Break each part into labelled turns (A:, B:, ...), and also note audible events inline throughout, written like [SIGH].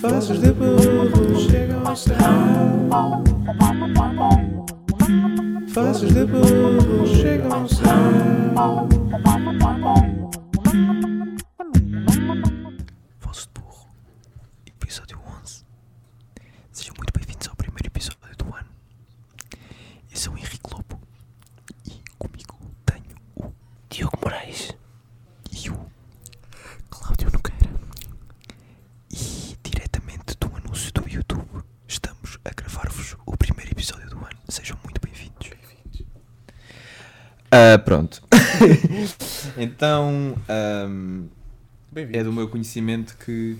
A: Faces de burro chegam ao serrão. Faces de burro chegam ao serrão.
B: Vosso Burro, episódio 11. Sejam muito bem-vindos ao primeiro episódio do ano. Eu sou o Henrique Lobo e comigo tenho o Diogo Moraes e o Cláudio Nogueira. E diretamente do anúncio do YouTube, estamos a gravar-vos o primeiro episódio do ano. Sejam muito bem-vindos.
C: Ah, pronto. [LAUGHS] então, ahm, é do meu conhecimento que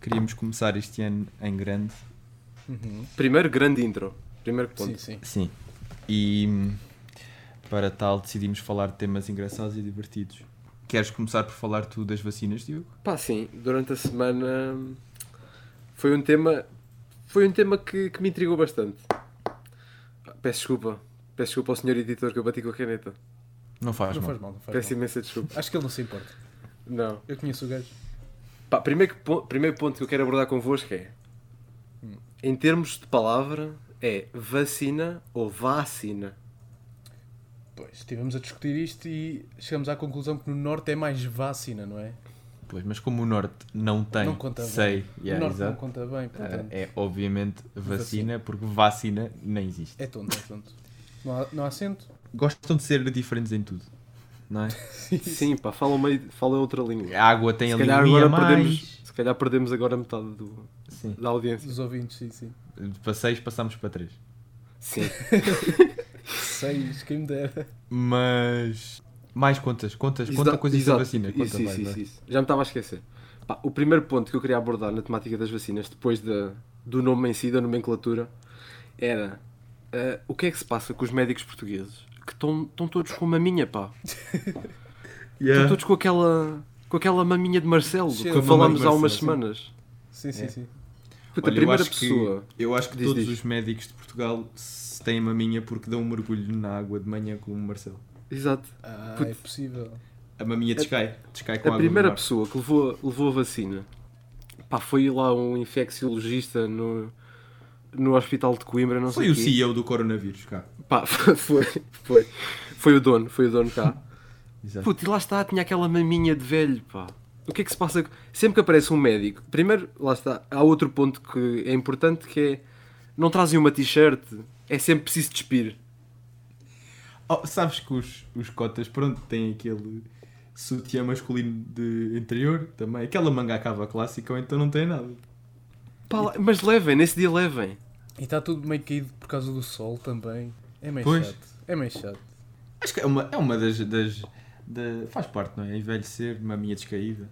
C: queríamos começar este ano em grande.
D: Primeiro grande intro. Primeiro ponto.
A: sim.
C: Sim. E hum, para tal decidimos falar de temas engraçados e divertidos. Queres começar por falar tu das vacinas, Diogo?
D: Pá, sim, durante a semana hum, foi um tema. Foi um tema que, que me intrigou bastante. Peço desculpa. Peço desculpa ao senhor editor que eu bati com a caneta.
C: Não faz
A: Não
C: mal.
A: faz mal, não faz
D: Peço
A: mal.
D: imensa desculpa.
A: Acho que ele não se importa.
D: Não.
A: Eu conheço o gajo.
D: Pá, primeiro, que po- primeiro ponto que eu quero abordar convosco é. Em termos de palavra, é vacina ou vacina.
A: Pois, estivemos a discutir isto e chegamos à conclusão que no Norte é mais vacina, não é?
C: Pois, mas como o Norte não tem,
A: Não conta bem.
C: sei, yeah,
A: o Norte
C: exato.
A: não conta bem, portanto.
C: Ah, é obviamente vacina, porque vacina nem existe.
A: É tonto, é tonto. Não há, não há acento?
C: Gostam de ser diferentes em tudo,
A: [LAUGHS]
C: não é?
D: Sim, pá, falam, meio, falam outra língua.
C: A água tem
D: Se
C: ali
D: calhar,
C: um
D: agora
C: mais.
D: perdemos, se calhar perdemos agora metade do,
C: Sim.
D: da audiência.
A: Dos ouvintes, sim, sim.
C: Para 6 passámos para 3.
D: Sim.
A: Seis, quem me dera.
C: Mas. Mais contas, contas,
D: Exato,
C: conta coisas da
D: exato.
C: vacina. Conta, é? vai,
D: isso, isso,
C: vai.
D: isso, isso. Já me estava a esquecer. Pá, o primeiro ponto que eu queria abordar na temática das vacinas, depois da- do nome em si, da nomenclatura, era ah, o que é que se passa com os médicos portugueses que estão estão todos com maminha, pá. Estão todos com aquela, com aquela maminha de Marcelo
A: Cheio
D: que
A: de
C: maminha
D: falámos
C: de
D: há umas
C: Marcelo,
D: semanas.
A: Sim, sim, sim.
D: Puta,
C: Olha,
D: a
C: eu
D: primeira
C: acho que-
D: pessoa.
C: eu acho que
D: Diz,
C: todos
D: diz.
C: os médicos de Portugal se têm uma minha porque dão um mergulho na água de manhã com o Marcelo.
D: Exato.
A: Ah,
D: Puto.
A: é possível.
C: A maminha descai, descai com
D: a
C: água.
D: primeira
C: do mar.
D: pessoa que levou, levou a vacina pá, foi lá um infecciologista no, no hospital de Coimbra, não
C: Foi
D: sei
C: o
D: quê.
C: CEO do coronavírus, cá.
D: Pá, [LAUGHS] foi, foi. Foi o dono, foi o
A: [LAUGHS]
D: dono cá.
C: Exato.
D: Puto, e lá está, tinha aquela maminha de velho, pá. O que é que se passa? Sempre que aparece um médico, primeiro, lá está, há outro ponto que é importante que é não trazem uma t-shirt, é sempre preciso despir.
C: Oh, sabes que os, os cotas, pronto, têm aquele sutiã masculino de interior também. Aquela manga à cava clássica, ou então não tem nada.
D: Pá, lá- mas levem, nesse dia levem.
A: E está tudo meio caído por causa do sol também. É meio
C: Pois.
A: chato. É meio chato.
C: Acho que é uma, é uma das. das da- faz parte, não é? Envelhecer, maminha descaída,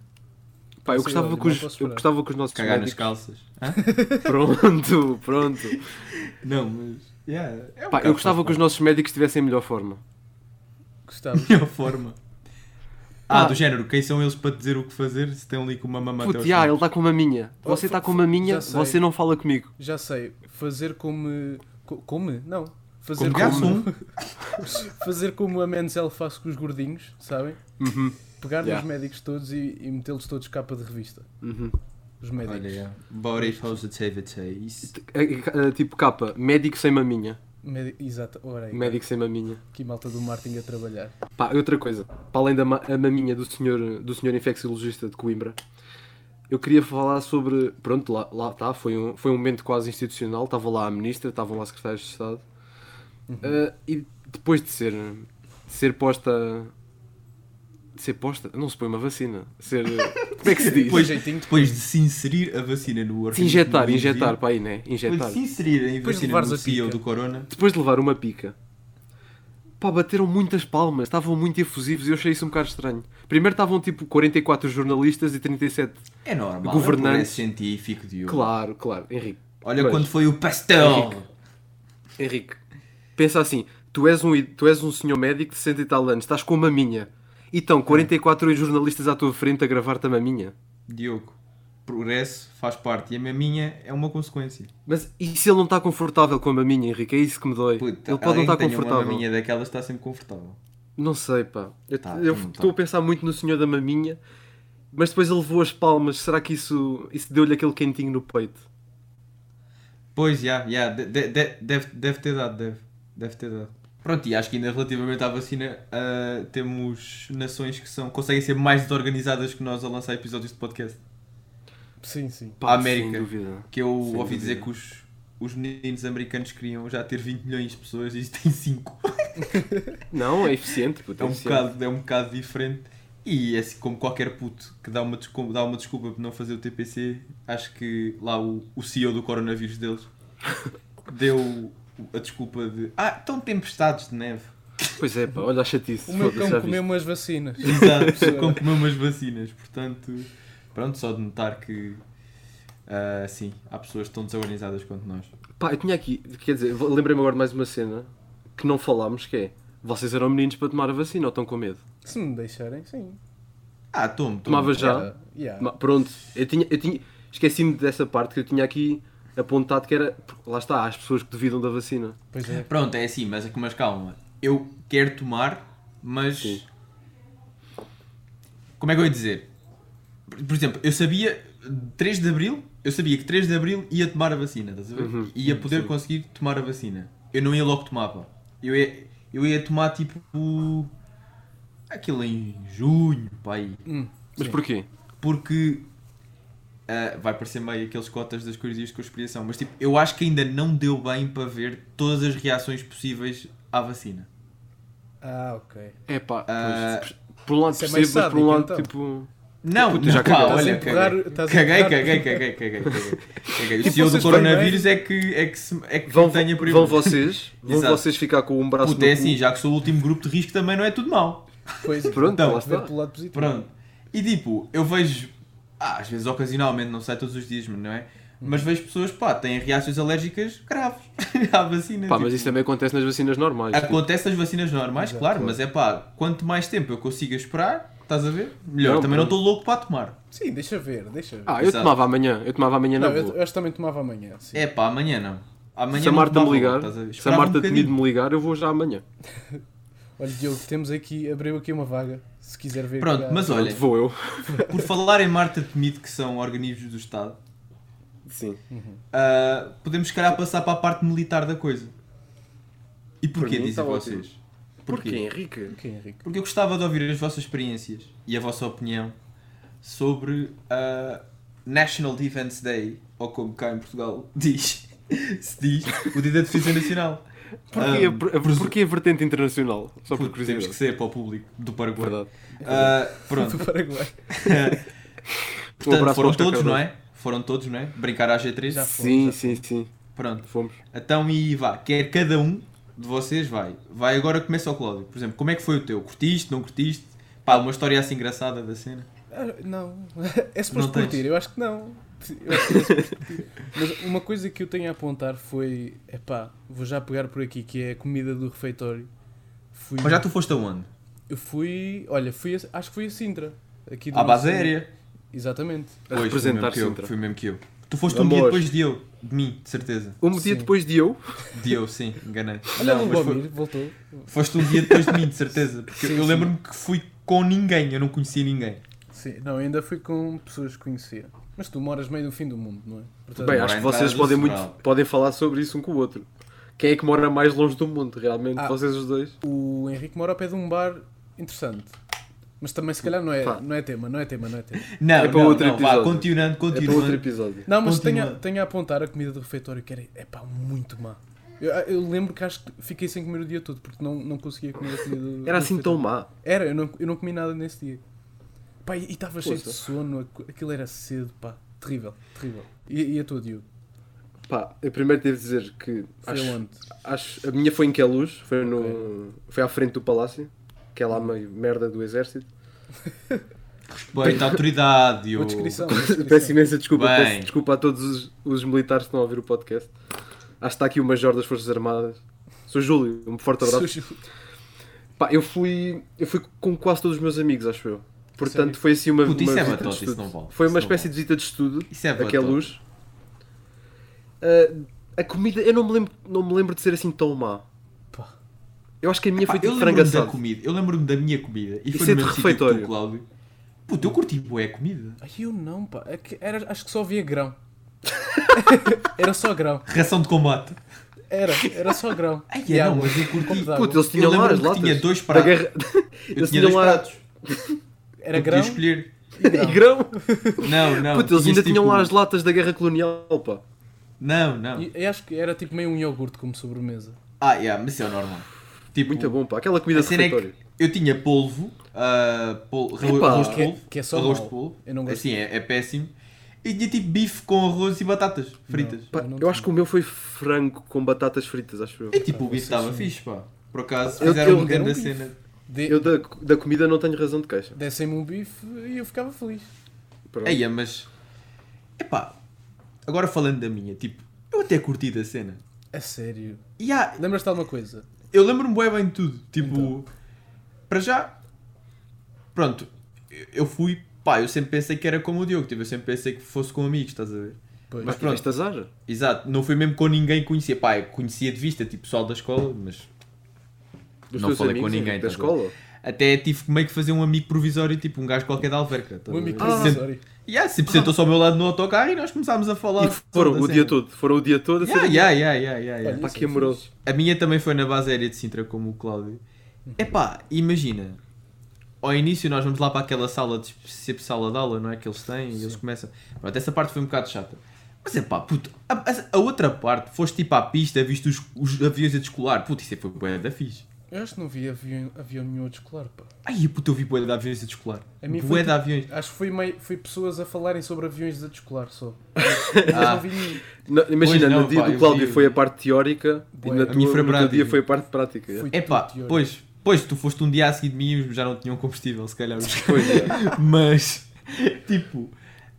D: Pá, eu
A: Sim,
D: gostava,
A: olha,
D: que os,
A: não posso
D: eu
A: esperar.
D: gostava que os nossos
C: cagar nas
D: médicos...
C: calças. Hã?
D: [LAUGHS] Pronto, pronto.
C: Não, mas. yeah, é um
D: Pá,
C: bocado
D: eu gostava que os nossos médicos estivessem em melhor forma.
A: Gostava.
C: [LAUGHS] melhor forma. Ah,
D: Pá.
C: do género, quem são eles para dizer o que fazer se tem ali com uma mamata?
D: Puto, já, ele está com uma minha. Você está com uma minha,
A: Oh, Já sei.
D: você não fala comigo.
A: Já sei, fazer como. co- Como? Não. Fazer
C: Como gato um.
A: [LAUGHS] fazer como a Menzel faz com os gordinhos, sabem? Pegar
D: Yeah.
A: nos médicos todos e, e metê-los todos capa de revista.
D: Uhum.
A: Os médicos.
C: Olha, yeah. Body
D: [LAUGHS]
C: positivity. Isso.
D: É, é, Tipo capa, médico sem maminha.
A: Médi- Exato, ora aí.
D: Médico sem maminha.
A: Que malta do marketing a trabalhar.
D: Pá, e outra coisa, para além da ma- a maminha do senhor, do senhor infecciologista de Coimbra, eu queria falar sobre. Pronto, lá, lá está, foi um, foi um momento quase institucional. Estava lá a ministra, estavam lá secretários de Estado.
C: Uhum.
D: Ah, e depois de ser, de ser posta. De ser posta? Não se põe uma vacina.
C: [LAUGHS]
D: Ser. Como é que se diz?
C: Depois,
A: jeitinho.
C: depois de se inserir a vacina no
D: Se
C: organismo.
D: injetar,
C: do indivíduo,
D: injetar, pá aí, né? Injetar.
C: Depois de se inserir a
A: Depois de
C: vacina
A: levares
C: no
A: a
C: CEO
A: pica.
C: do Corona.
D: Depois de levar uma pica. Pá, bateram muitas palmas, estavam muito efusivos e eu achei isso um bocado estranho. Primeiro estavam tipo 44 jornalistas e 37.
C: É normal.
D: Governantes.
C: Governante. científico, Diogo.
D: Claro, claro, Henrique.
C: Olha
D: Pois.
C: quando foi o pastel.
D: Henrique, pensa assim: tu és, um, i- tu és um senhor médico de 60 e tal anos, estás com uma minha. Então, E
C: É.
D: estão 44 jornalistas à tua frente a gravar-te a maminha.
C: Diogo, progresso faz parte e a maminha é uma consequência.
D: Mas e se ele não está confortável com a maminha, Henrique? É isso que me dói.
C: Puta,
D: ele pode não
C: alguém
D: estar
C: que tenha Uma
D: confortável.
C: maminha daquelas está sempre confortável.
D: Não sei, pá. Eu
C: Tá,
D: eu
C: não tá.
D: estou a pensar muito no senhor da maminha, Mas depois ele levou as palmas, será que isso, isso deu-lhe aquele quentinho no peito?
C: Pois, já, já, de- de- de- deve, deve ter dado, deve, deve ter dado. Pronto, e acho que ainda relativamente à vacina, ah, temos nações que são, conseguem ser mais desorganizadas que nós a lançar episódios de podcast.
A: Sim, sim.
C: A América.
D: Sem dúvida.
C: Que eu
D: Sem
C: ouvi
D: dúvida.
C: dizer que os, os meninos americanos queriam já ter 20 milhões de pessoas e isto tem 5.
D: Não, é eficiente. puto,
C: É um,
D: eficiente.
C: bocado, é um bocado diferente. E é assim como qualquer puto que dá uma, desculpa, dá uma desculpa por não fazer o TPC, acho que lá o, o CEO do coronavírus deles deu a desculpa de Ah, estão tempestades de neve.
D: Pois é, pá, olha a chatice.
A: O meu
D: foda-se, já
A: cão
D: viste.
A: comeu umas vacinas.
C: Exato, como comeu umas vacinas. Portanto, pronto, só de notar que ah, sim, há pessoas tão desorganizadas quanto nós.
D: Pá, eu tinha aqui, quer dizer, vou- lembrei-me agora de mais uma cena que não falámos, que é vocês eram meninos para tomar a vacina ou estão com medo?
A: Se me deixarem, sim.
C: Ah, tomo, tomo.
D: Tomava já?
C: É.
A: Yeah.
D: Ma- Pronto, eu tinha, eu tinha esqueci-me dessa parte que eu tinha aqui apontado que era, porque lá está, há as pessoas que duvidam da vacina.
A: Pois é.
C: Pronto, é assim, mas, mas calma. Eu quero tomar, mas.
D: Sim.
C: Como é que eu ia dizer? Por por exemplo, eu sabia 3 de Abril, eu sabia que 3 de Abril ia tomar a vacina, estás a ver? Ia poder conseguir tomar a vacina. Eu não ia logo tomar, pá. Eu ia, eu ia tomar tipo. aquilo em junho, pá. aí.
A: Hum,
D: Mas
A: sim.
D: porquê?
C: Porque. ah, vai parecer meio aqueles cotas das coisas de conspiração, mas tipo, eu acho que ainda não deu bem para ver todas as reações possíveis à vacina.
A: Ah, ok.
D: É pá,
C: Ah,
D: pois, por um lado
A: isso é
D: percebo,
A: meio
D: mas por um lado,
A: sádico,
D: tipo...
C: Não,
D: Puta,
C: não, pá,
D: já
A: Estás
D: cagaste.
A: a
C: olha,
A: empurrar-
C: caguei,
A: estás a
C: caguei,
A: empurrar-
C: caguei, caguei, caguei, caguei, caguei. O
A: Tipo,
C: CEO do
A: vocês
C: coronavírus é que, é que, se, é que
D: Vão,
C: tenha por
D: vão vocês, vão
C: Exato.
D: vocês ficar com um braço
C: Puta,
D: no
C: é
D: cu.
C: assim, já que sou o último grupo de risco também não é tudo mau.
A: Pois é.
D: Pronto,
C: Então,
D: lá
A: Ver
D: está.
A: pelo lado positivo.
C: Pronto. E tipo, eu vejo, ah, às vezes ocasionalmente, não sai todos os dias, mas não é? Mas vejo pessoas, pá, têm reações alérgicas graves [LAUGHS] à vacina.
D: Pá,
C: tipo.
D: mas isso é também acontece nas vacinas normais. tipo.
C: Acontece as vacinas normais,
A: Exato,
C: claro,
A: claro.
C: mas é pá, quanto mais tempo eu consiga esperar, estás a ver? Melhor,
D: Não,
C: também não estou
D: pronto.
C: louco para tomar.
A: Sim, deixa ver, deixa ver.
D: Ah, eu
C: Exato.
D: tomava amanhã, eu tomava amanhã na
A: não,
D: boa.
A: eu, eu acho que também tomava amanhã. Sim.
C: É pá, amanhã não. Amanhã
D: Se a
C: não
D: Marta me
C: tomava,
D: ligar,
C: estás a ver?
D: se a
C: Esperava um
D: Marta tinha de
C: bocadinho.
D: me ligar, eu vou já amanhã.
A: Olha, Diogo, temos aqui, abriu aqui uma vaga, se quiser ver.
C: Pronto,
A: cá.
C: mas
D: Pronto,
C: olha,
D: vou eu.
C: por falar em Marta Temido, que são organismos do Estado,
D: Sim.
C: ah, podemos se calhar passar para a parte militar da coisa. E porquê,
D: Por mim,
C: dizem
D: tá ótimo.
C: vocês?
D: Porquê, Henrique?
A: Ok, Henrique. [LAUGHS]
C: Porque eu gostava de ouvir as vossas experiências e a vossa opinião sobre a National Defense Day, ou como cá em Portugal [LAUGHS] diz, se diz, o Dia da Defesa Nacional.
D: Porquê,
C: Ah,
D: por- porquê a vertente internacional? Só por
C: puto, temos que
D: curiosidade.
C: ser para o público do Paraguai.
D: Verdade.
C: Ah, pronto.
A: [LAUGHS] Do Paraguai.
D: Um
C: Portanto,
D: abraço
C: foram
D: para os
C: todos, não
D: Cacaudos.
C: é? Foram todos, não é? Brincar à G3.
A: Já foi.
D: Sim, sim, sim.
C: Pronto.
D: Fomos.
C: Então, e vá, quer cada um de vocês, vai. Vai agora, começa o Cláudio. Por exemplo, como é que foi o teu? Curtiste, não curtiste? Pá, uma história assim engraçada da cena.
A: Ah, não. [LAUGHS] É
C: Não
A: suposto
C: tens?
A: curtir, eu acho que não. Eu acho que é suposto curtir. Mas uma coisa que eu tenho a apontar foi. Epá, vou já pegar por aqui, que é a comida do refeitório. Fui,
C: Mas já tu foste aonde?
A: Eu fui. Olha, fui a- acho que fui a Sintra. Aqui do
C: À base
A: nosso-
C: aérea.
A: Exatamente.
D: A
C: foi mesmo
D: representar
C: que eu,
D: Sintra.
C: foi mesmo que eu. Tu foste um dia
D: Amor.
C: depois de eu. De mim, de certeza.
D: Um dia
A: Sim.
D: depois de eu,
C: De eu, sim,
D: [LAUGHS]
C: enganei.
A: Olha,
C: Não,
A: o
C: mas foi-
A: Lubomir voltou.
C: foste um dia depois de mim, de certeza. Porque
A: Sim,
C: eu
A: sim.
C: lembro-me que fui com ninguém, eu não conhecia ninguém.
A: Sim, não, ainda fui com pessoas que conhecia. Mas tu moras meio no fim do mundo, não é? Portanto,
D: bem,
C: Morar
D: acho que
C: em
D: vocês
C: casa
D: podem,
C: do
D: muito,
C: Sobral.
D: podem falar sobre isso um com o outro. Quem é que mora mais longe do mundo, realmente?
A: Ah.
D: Vocês os dois? É
A: o Henrique mora ao pé de um bar interessante. Mas também se calhar não é,
D: Pá.
A: não é tema, não é tema, não é tema.
C: Não,
D: É para
C: não,
D: outro
C: não, vá,
D: episódio.
C: continuando,
D: É para outro
C: continuando.
D: episódio.
A: Não, mas
C: Continua.
A: tenho a, tenho a apontar a comida do refeitório que era, epá, muito má. Eu, ah, eu lembro que acho que fiquei sem comer o dia todo porque não, não é. conseguia comer a comida do
D: Era
A: do
D: assim tão
A: refeitório.
D: má.
A: Era, eu não, eu não comi nada nesse dia. Pá, e estava cheio de
D: Poxa.
A: sono, aqu- aquilo era cedo, pá. Terrível, terrível. E, e a tua, Diogo?
D: Pá, eu primeiro devo dizer que
A: Foi
D: acho,
A: aonde?
D: acho- a minha foi em Queluz, foi, no, foi à frente do palácio, que é lá uma merda do exército.
C: Respeito à autoridade,
A: Uma
C: Diogo.
A: descrição.
D: [LAUGHS]
A: uma
D: Peço
A: descrição.
D: imensa desculpa,
C: Bem.
D: peço desculpa a todos os, os militares que estão a ouvir o podcast. Acho que está aqui o Major das Forças Armadas. Sou Júlio, um forte abraço.
A: Sujo.
D: Pá, eu fui, eu fui com quase todos os meus amigos, acho eu. Portanto,
A: Sério?
D: foi assim uma,
C: Puta,
D: uma
C: isso é
D: visita de
C: batota, isso
D: estudo.
C: não vale.
D: Foi
C: Isso
D: uma
C: não
D: espécie
C: vale.
D: de visita de estudo,
C: Isso é
D: aquela
C: batota.
D: luz. Ah, a comida, eu não me, lembro, não me lembro de ser assim tão má.
A: Pá.
D: Eu acho que a minha
C: Pá,
D: foi
C: eu
D: tipo frango
C: lembro-me da
D: assado.
C: comida, eu lembro-me da minha comida. E
D: Isso
C: foi
D: é
C: no
D: de
C: mesmo sítio que tu,
D: refeitório.
C: Cláudio. Puta, eu curti bué a comida.
A: Ai, eu não, pá. É que era- acho que só havia
D: [LAUGHS]
A: grão. era só grão.
C: Ração de combate.
A: Era, era só grão.
C: Ai, é,
A: Yeah,
C: não, mas eu curti.
A: um copo de água.
D: Puta, eles tinham lá
C: lembro-me
D: as
C: que
D: latas.
C: tinha dois
D: da
C: pratos.
D: guerra-
C: Eu
D: Eles
C: tinha
D: tinham
C: dois
D: lá
C: pratos.
A: Era
C: Eu
A: grão
C: podia escolher.
D: [LAUGHS] e grão.
C: Não, não.
D: Puta, eles
C: tinhas
D: ainda tinham
C: tipo-
D: lá as latas da guerra colonial, pá.
C: Não, não.
A: e eu acho que era tipo meio um iogurte como sobremesa.
C: Ah, yeah, mas isso é o normal. Tipo,
D: Muito bom, pá. Aquela comida
C: a
D: de
C: cena é que
D: refeitório.
C: eu tinha polvo, ah, pol- arro-
D: Epá.
C: arroz de
A: Que é-
C: polvo,
A: que é só
C: arroz de
A: mau.
C: polvo,
A: Eu não gosto.
C: assim, é, é péssimo, e tinha tipo bife com arroz e batatas fritas.
D: Pá,
A: Eu não
D: eu acho que o meu foi frango com batatas fritas, acho eu.
C: E tipo, o bife
A: vocês
C: estava
A: são-
C: fixe, pá. Por acaso,
D: Eu-
C: fizeram
D: eu-
C: uma grande
A: deram um bife.
C: cena.
A: De...
D: Eu da, da comida não tenho razão de queixa.
A: Dessem-me um bife e eu ficava feliz.
D: Pronto.
C: Eia, mas, epá, agora falando da minha, tipo, eu até curti da cena.
A: A sério.
C: E há,
A: Lembras-te de alguma coisa?
C: eu lembro-me bué bem de tudo, tipo,
A: Então.
C: para já, pronto, eu- eu fui, pá, eu sempre pensei que era como o Diogo, tipo, eu sempre pensei que fosse com amigos, estás a ver?
A: Pois.
D: Mas pronto. azar.
C: Exato, não foi mesmo com ninguém que conhecia. Pá, eu conhecia de vista, tipo pessoal da escola, mas
D: Dos
C: Não
D: teus
C: falei
D: amigos,
C: com ninguém,
D: Da
C: estás a
D: escola.
C: até tive que meio que fazer um amigo provisório, tipo um gajo qualquer da alverca. estás
A: Um
C: a
A: amigo
C: ver?
D: Ah.
C: Sempre-
A: provisório.
C: Yeah, sempre sentou-se ao meu lado no autocarro e nós começámos a falar.
D: E foram
C: da
D: o dia
C: cena.
D: todo. Foram o dia todo a ser. assim.
C: Yeah, yeah, yeah, yeah, yeah, yeah.
A: Olha,
D: Pá,
A: isso
D: que
A: é
D: amoroso.
C: A minha também foi na base aérea de Sintra, como o Cláudio. Epá, imagina. Ao início nós vamos lá para aquela sala de sempre sala de aula, não é? Que eles têm e eles começam. Pronto, essa parte foi um bocado chata. Mas epá, puto, a, a- a outra parte, foste tipo à pista, viste os, os aviões a descolar. Puto, isso aí foi bué da fixe.
A: Eu acho que não vi avião, avião nenhum a descolar, pá.
C: Ai, puto, eu vi bué de aviões a descolar.
A: A mim foi
C: Bué de
A: tipo-
C: aviões.
A: Acho que foi, meio, foi pessoas a falarem sobre aviões a descolar só.
D: [LAUGHS]
A: Mas
D: Ah.
A: não vi nenhum.
D: Não, imagina,
C: Pois não,
D: no dia
C: pá, eu
D: do Cláudio
C: vi.
D: foi a parte teórica
A: Bué.
D: e na
A: A
D: tua,
C: minha foi a
D: no teu
C: prática.
D: dia foi a parte prática.
A: Foi
D: yeah.
A: tipo
C: Epá,
A: tudo teórico.
C: pois, pois, tu foste um dia a seguir de mim e já não tinham combustível, se calhar. os-
D: Pois, é.
C: [LAUGHS]
D: yeah.
C: Mas, tipo,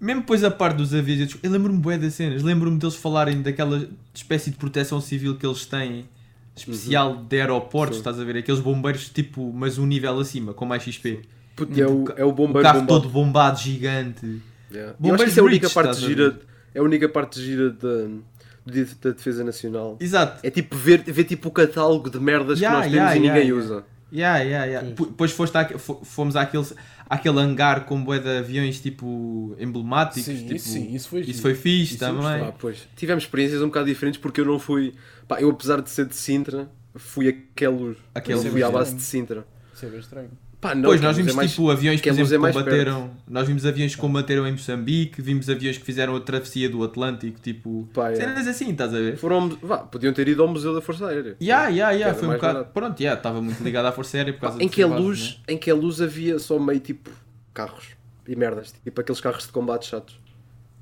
C: mesmo depois a parte dos aviões, eu desco- eu lembro-me bué das cenas, lembro-me deles falarem daquela espécie de proteção civil que eles têm, especial
A: Uhum.
C: de aeroportos,
D: Sim.
C: estás a ver? Aqueles bombeiros, tipo, mas um nível acima, com mais XP.
D: Puto, é, o, é o
C: O
D: bombeiro
C: carro
D: bombado.
C: todo bombado, gigante.
D: Yeah. Eu
C: Bombeiros
D: acho que isso é a única
C: Bridge,
D: parte
C: estás a
D: gira, é a única parte gira da, do dia da Defesa Nacional.
C: Exato.
D: É tipo ver, ver tipo o catálogo de merdas
C: Yeah,
D: que nós
C: yeah,
D: temos e
C: yeah,
D: ninguém
C: yeah.
D: usa.
C: Yeah, yeah, yeah. Pu- Depois foste àque- fo- fomos àquele, àquele hangar com bué de aviões, tipo, emblemáticos.
A: Sim,
C: tipo,
A: isso sim, isso foi
C: Isso
A: giro.
C: foi fixe
A: Isso eu
C: também.
A: gostava.
D: Ah, pois. Tivemos experiências um bocado diferentes porque eu não fui. Pá, eu apesar de ser de Sintra, fui aquele luz.
C: Aquele
D: fui
C: luz,
D: à
A: é.
D: base de Sintra.
A: Isso é bem estranho.
D: Pá, não,
C: Pois, nós
D: mas é
C: vimos
D: mais-
C: tipo aviões que, por
D: que a luz
C: exemplo,
D: é mais
C: combateram. Nós vimos aviões que combateram em Moçambique, vimos aviões que fizeram a travessia do Atlântico, tipo.
D: Pá, é.
C: Cenas assim, estás a ver?
D: Foram, ao- vá, podiam ter ido ao Museu da Força Aérea.
C: Ya, ya, ya,
D: Era
C: foi um
D: mais
C: bocado.
D: barato.
C: Pronto, ya, estava muito ligado à Força Aérea por
D: Pá,
C: causa
D: em,
C: de
D: que a
C: ser base,
D: luz, em que a luz havia só meio tipo carros e merdas. Tipo aqueles carros de combate chatos.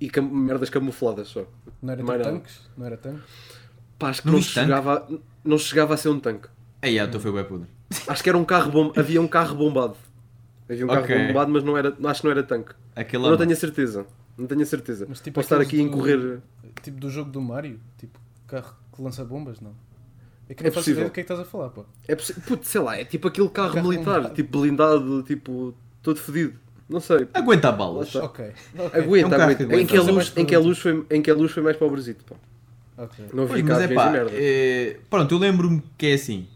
D: E cam- merdas camufladas só.
A: Não era
D: Mais
A: tipo
D: nada.
A: tanques? Não era tanques?
D: Pá, acho que
C: Não
D: não,
C: viste tanque?
D: chegava, a- não chegava a ser um tanque.
C: Né? Ya, então foi bem podre.
D: Acho que era um carro bom, havia um carro bombado. Havia um
C: Ok.
D: carro bombado, mas não era, acho que não era tanque.
C: Aquele
D: Eu não
C: ano.
D: tenho a certeza. Não tenho a certeza.
A: Mas, tipo,
D: Posso estar
A: aqueles
D: aqui a
A: do-
D: incorrer.
A: Tipo do jogo do Mario? Tipo carro que lança bombas? Não. É que não
D: É
A: faço
D: possível.
A: ideia do que é que estás a falar, pá.
D: É possi- Putz, sei lá, é tipo aquele carro,
C: um
A: Carro
D: militar,
A: blindado.
D: tipo blindado, tipo todo fedido. Não
C: É
D: sei.
C: Aguenta
D: Lá
C: balas.
D: está.
A: Ok. ok,
D: Tá. Aguenta,
C: um É um carro
D: aguenta.
C: que aguenta.
D: Em, que a
A: Fazer mais
D: luz, em, que a luz foi, em que a luz foi mais pobrezito, pá.
A: ok.
D: Não vi
C: Pois,
D: cá
C: mas
D: aviões
C: é
D: e
C: pá,
D: merda.
C: é, pronto, eu lembro-me que é assim.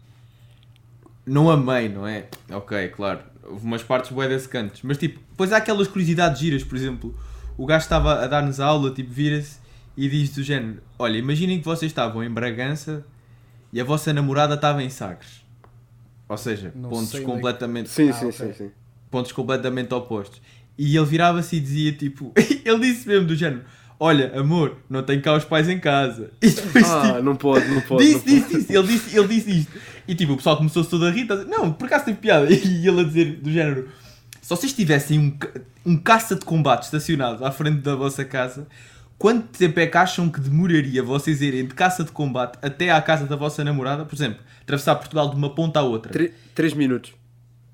C: Não amei, não é? Ok, claro. Houve umas partes bué desse cantos. Mas tipo, depois há aquelas curiosidades giras, por exemplo. O gajo estava a dar-nos a aula, tipo, vira-se e diz do género: Olha, imaginem que vocês estavam em Bragança e a vossa namorada estava em Sagres. Ou seja,
A: Não
C: pontos
A: sei onde é que-
C: completamente
D: Sim,
A: Ah,
D: sim,
A: ok.
D: sim, sim.
C: pontos completamente opostos. E ele virava-se e dizia tipo, [LAUGHS] ele disse mesmo do género: Olha, amor, não tenho cá os pais em casa. E depois, tipo,
D: Ah, não pode, não pode.
C: disse,
D: não pode.
C: disse, disse, ele disse, ele disse isto. E tipo, o pessoal começou-se todo a rir, tá a dizer, não, por acaso tem piada. [LAUGHS] E ele a dizer, do género, se vocês tivessem um, ca- um caça de combate estacionado à frente da vossa casa, quanto tempo é que acham que demoraria vocês irem de caça de combate até à casa da vossa namorada? Por exemplo, atravessar Portugal de uma ponta à outra.
D: Tre- Três minutos.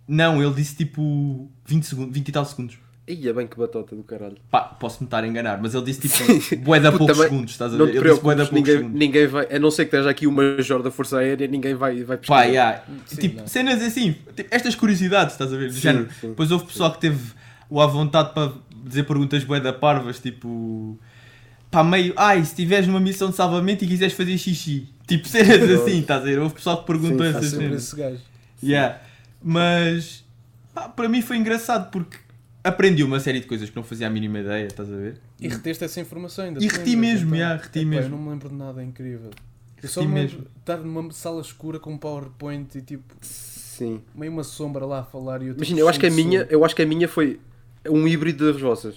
C: Não, ele disse tipo 20, segundos, 20 e tal segundos.
D: Ia bem que batota do caralho.
C: Pá, posso-me estar a enganar, mas ele disse tipo [LAUGHS] bué da
D: Puta,
C: poucos
D: mas
C: segundos, estás a ver?
D: Não te
C: Ele disse bué da
D: preocupes,
C: poucos
D: ninguém,
C: segundos.
D: ninguém vai. A não ser que esteja aqui o Major da Força Aérea, ninguém vai, vai pesquisar.
C: Pá, yeah.
A: Sim,
C: tipo,
A: não.
C: cenas assim, tipo, estas curiosidades, estás a ver? Do
D: Sim,
C: género.
D: sim.
C: Depois houve pessoal que teve o à vontade para dizer perguntas bué da parvas, tipo. Pá, meio. Ai, se tiveres uma missão de salvamento e quiseres fazer xixi. Tipo, [LAUGHS] cenas assim, estás a ver? Houve pessoal que perguntou
D: Sim,
A: Há
C: essas
A: sempre
C: cenas.
A: esse gajo.
C: Yeah. Mas. Pá, para mim foi engraçado porque aprendi uma série de coisas que não fazia a mínima ideia, estás a ver?
A: E reteste essa informação ainda.
C: E
A: te
C: reti
A: lembras,
C: mesmo, já, reti
A: Epá, Eu
C: mesmo.
A: não me lembro de nada, é incrível. Eu só
C: Reti
A: me lembro de estar numa sala escura com um PowerPoint e tipo,
D: Sim.
A: meio uma sombra lá a falar e eu tipo,
D: Imagina, eu acho que a
A: sem
D: minha,
A: som.
D: eu acho que a minha foi um híbrido das vossas.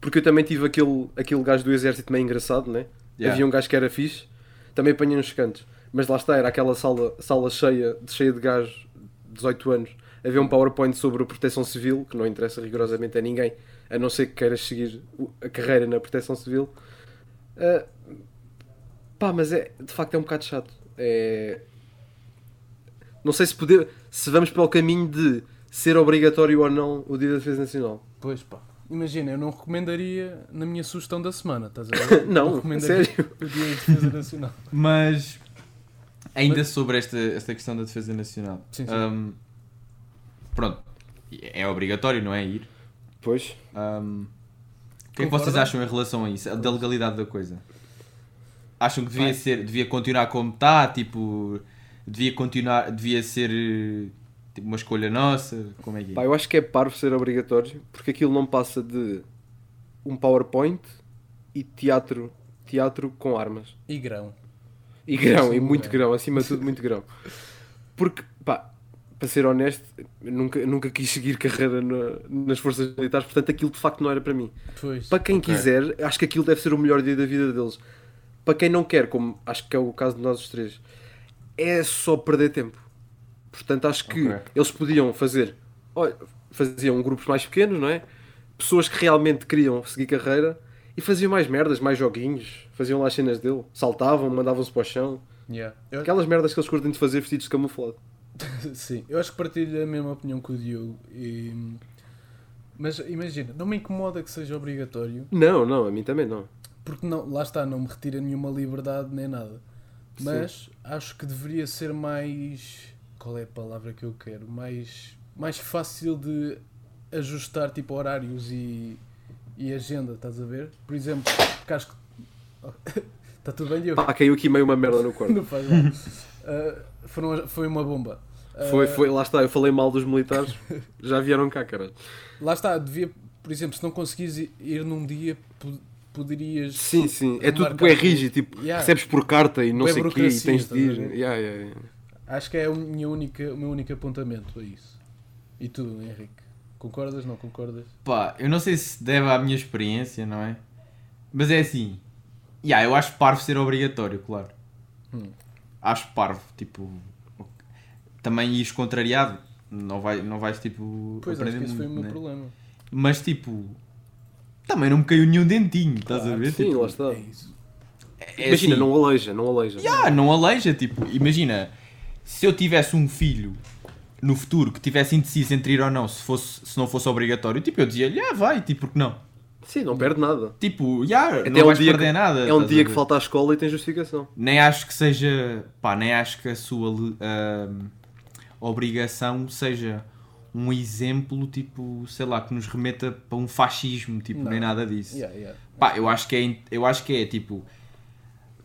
D: Porque eu também tive aquele, aquele gajo do exército meio engraçado, né?
C: Yeah.
D: Havia um gajo que era fixe, também apanhei uns cantos. Mas lá está, era aquela sala, sala cheia, cheia de gajos, 18 anos. Havia um PowerPoint sobre a proteção civil, que não interessa rigorosamente a ninguém, a não ser que queiras seguir o- a carreira na proteção civil. Ah, pá, mas é, de facto é um bocado chato. É, não sei se poder, se vamos para o caminho de ser obrigatório ou não o Dia da Defesa Nacional.
A: Pois pá. Imagina, eu não recomendaria na minha sugestão da semana, estás a
D: [LAUGHS]
A: ver?
D: Não,
A: recomendaria
D: sério.
A: [LAUGHS] O Dia de Defesa Nacional.
C: Mas ainda sobre esta, esta questão da defesa nacional. ah,
A: Sim,
D: Ah.
A: sim.
C: Ahm, pronto, é obrigatório, não é? Ir.
D: Pois.
C: Ahm, o que é que
A: Concorda?
C: vocês acham em relação a isso? Da legalidade da coisa? Acham que devia,
A: Vai.
C: ser, devia continuar como está? Tipo, devia continuar, devia ser eh, tipo, uma escolha nossa? Como é que é?
D: Pá, eu acho que é parvo ser obrigatório, porque aquilo não passa de um PowerPoint e teatro, teatro com armas.
A: E grão.
D: E grão,
A: Sim,
D: e muito
A: é.
D: grão, acima de tudo muito grão. Porque, pá, para ser honesto, eu nunca, nunca quis seguir carreira na- nas forças militares, portanto aquilo de facto não era para mim.
A: Pois.
D: Para quem
C: Ok.
D: quiser, acho que aquilo deve ser o melhor dia da vida deles. Para quem não quer, como acho que é o caso de nós os três, é só perder tempo. Portanto, acho que
C: Ok.
D: eles podiam fazer. olha, Faziam grupos mais pequenos, não é? Pessoas que realmente queriam seguir carreira e faziam mais merdas, mais joguinhos. Faziam lá as cenas dele. Saltavam, mandavam-se para o chão.
A: Yeah. Eu-
D: Aquelas merdas que eles curtem de fazer vestidos de camuflado.
A: [LAUGHS] Sim, eu acho que partilho a mesma opinião que o Diogo. E... Mas imagina, não me incomoda que seja obrigatório,
D: Não, não, a mim também não.
A: porque não, lá está, não me retira nenhuma liberdade nem nada. Mas acho que deveria ser mais. Qual é a palavra que eu quero? Mais, mais fácil de ajustar tipo horários e, e agenda, estás a ver? Por exemplo, porque acho que. [LAUGHS] Está tudo bem, Diogo? [LAUGHS]
D: Pá, caiu aqui meio uma merda no corpo.
A: Não faz mal.
D: [LAUGHS]
A: Ah, foram- foi uma bomba. Ah,
D: Foi, foi, lá está, eu falei mal dos militares, já vieram cá, caralho.
A: Lá está, devia, por exemplo, se não conseguires i- ir num dia, po- poderias.
D: Sim, sim. É tudo
A: Marcar
D: bué
A: tudo.
D: rígido, tipo,
A: Yeah.
D: recebes por carta e não
A: Bué
D: sei o quê e
A: burocracia,
D: tens de ir.
A: estás a ver?
D: Yeah, yeah, yeah.
A: Acho que é a minha única, o meu único apontamento a isso. E tu, Henrique? Concordas, não concordas?
C: Pá, eu não sei se deve à minha experiência, não é? Mas é assim. Yeah, eu acho parvo ser obrigatório, claro.
A: Hum.
C: Acho parvo, tipo. ok. Também ires contrariado, não, vai, não vais tipo.
A: Pois, acho que esse foi o meu
C: né?
A: problema.
C: Mas tipo. Também não me caiu nenhum dentinho, estás a
A: Claro,
C: ver?
D: Sim,
C: Tipo,
D: lá está.
A: É isso.
C: é
D: Imagina,
C: assim.
D: não aleija, não aleija.
C: Yeah, não aleija, tipo, imagina, se eu tivesse um filho no futuro que tivesse indeciso entre ir ou não, se, fosse, se não fosse obrigatório, tipo, eu dizia-lhe, ah, vai, tipo, porque não?
D: Sim, não perde nada.
C: Tipo, já,
D: é
C: não
D: um
C: vais
D: dia
C: perder
D: que-
C: nada.
D: É um
C: estás a
D: dia que
C: ver?
D: falta à escola e tem justificação.
C: Nem acho que seja, pá, nem acho que a sua le- ahm, obrigação seja um exemplo, tipo, sei lá, que nos remeta para um fascismo, tipo,
A: Não.
C: nem nada disso.
A: Yeah, yeah.
C: Pá, eu acho que é, in- eu acho que é, tipo,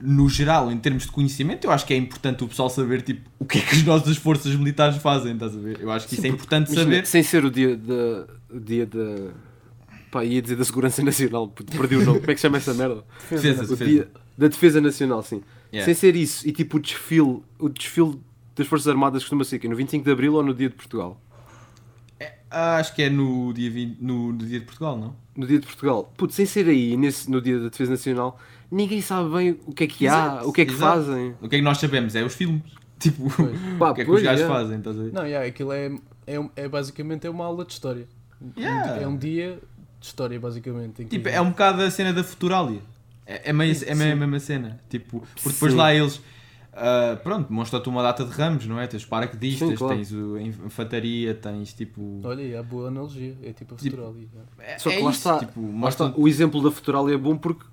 C: no geral, em termos de conhecimento, eu acho que é importante o pessoal saber, tipo, o que é que as nossas forças militares fazem, estás a ver? Eu acho que isso é importante
D: Imagina,
C: saber.
D: Sem ser o dia da. O dia da. Pá, ia dizer da Segurança [LAUGHS] Nacional, puto, perdi o nome. Como é que chama essa merda?
C: Defesa,
D: O
C: defesa.
D: dia da Defesa Nacional, sim.
C: Yeah.
D: Sem ser isso, e tipo o desfile, o desfile das Forças Armadas costuma ser aqui, no 25 de Abril ou no dia de Portugal?
C: Ah, acho que é no dia, 20 no, no dia de Portugal, não?
D: no dia de Portugal, puto, sem ser aí, nesse, no dia da Defesa Nacional, ninguém sabe bem o que é que há,
C: Exato,
D: o que é que
C: exato.
D: fazem.
C: O que é que nós sabemos? É os filmes. [LAUGHS] Tipo,
D: Pá,
C: o que é que
D: pois,
C: os gajos
D: yeah.
C: fazem, estás a ver?
A: Não, yeah, aquilo é, é, um- é basicamente é uma aula de história. Um di-
C: Yeah.
A: É um dia de história, basicamente. em que-
C: Tipo, é um bocado a cena da Futuralia. É, é, meio, é meio a
A: Sim.
C: mesma cena. Tipo, porque depois
D: Sim.
C: lá eles. ah, pronto, mostram-te uma data de ramos, não é? Tens paraquedistas,
D: Sim, claro.
C: tens o, a infantaria, tens tipo.
A: Olha, é boa analogia. É tipo a
C: Tipo,
A: Futural. yeah.
C: É,
D: Só que
C: é
D: lá
C: isso,
D: está,
C: tipo,
D: lá
C: mostram-
D: está, o exemplo da Futural é bom porque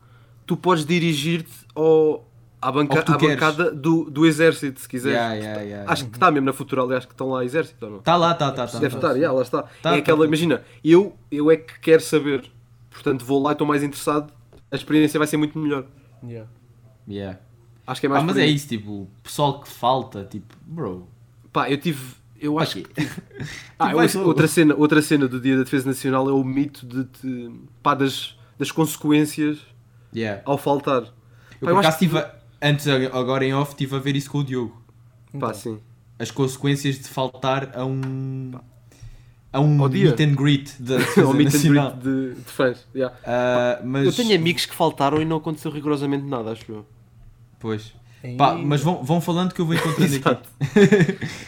D: tu podes dirigir-te ao, à, banca-
C: Ao que tu
D: à
C: queres.
D: bancada do, do exército, se quiseres.
C: Yeah, yeah, yeah.
D: Acho que está mesmo na Futural e acho que estão lá exército ou não?
C: Tá lá, tá, tá, tá.
D: Deve
C: tá.
D: estar, yeah, lá está.
C: Tá,
D: é aquela,
C: tá.
D: imagina, eu, eu é que quero saber, portanto vou lá e estou mais interessado, a experiência vai ser muito melhor.
A: Yeah.
C: Yeah.
D: Acho que é mais
C: Ah, mas
D: por
C: é
D: aí.
C: isso, tipo, o pessoal que falta, tipo, bro.
D: Pá, eu tive. eu acho
C: Aqui. [LAUGHS]
D: Ah,
C: E
D: eu
C: Tipo, vai
D: acho-
C: tudo.
D: outra, cena, outra cena do Dia da Defesa Nacional é o mito de, de- pá, das, das consequências
C: Yeah.
D: ao faltar.
C: Eu
D: Pá, eu
C: por
D: acho
C: acaso estive a- antes, a- agora em off, estive a ver isso com o Diogo. Então.
A: Então,
D: Pá, sim.
C: As consequências de faltar a um. a um
D: Ao dia.
C: meet and greet da [LAUGHS] defesa
D: [LAUGHS] Ao meet and
C: nacional.
D: greet de, de fãs. yeah.
C: Ah, mas,
D: Eu tenho amigos que faltaram e não aconteceu rigorosamente nada, acho eu.
C: Pois.
A: é
C: Pá, mas vão, vão falando que eu vou encontrando aqui. [LAUGHS]
D: [LAUGHS] Exato.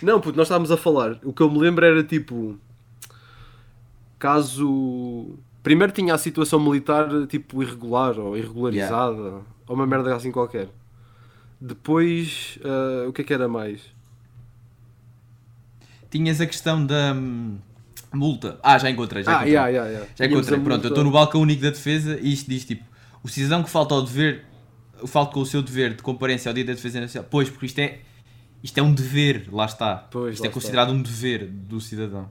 D: Não, puto, nós estávamos a falar. O que eu me lembro era tipo. Caso. Primeiro tinha a situação militar tipo irregular ou irregularizada ou uma merda assim qualquer. Depois. ah, o que é que era mais?
C: Tinhas a questão da hum, multa. Ah, já encontrei, já
D: ah,
C: encontrei.
D: yeah, yeah, yeah.
C: Já
D: Tínhamos
C: encontrei.
D: a
C: Pronto, eu
D: multa.
C: estou no balcão único da defesa e isto diz tipo: o cidadão que falta ao dever, falta com o seu dever de comparência ao dia da defesa nacional. Pois, porque isto é, isto é um dever, lá está.
D: Pois,
C: isto
D: lá
C: é considerado um dever do cidadão.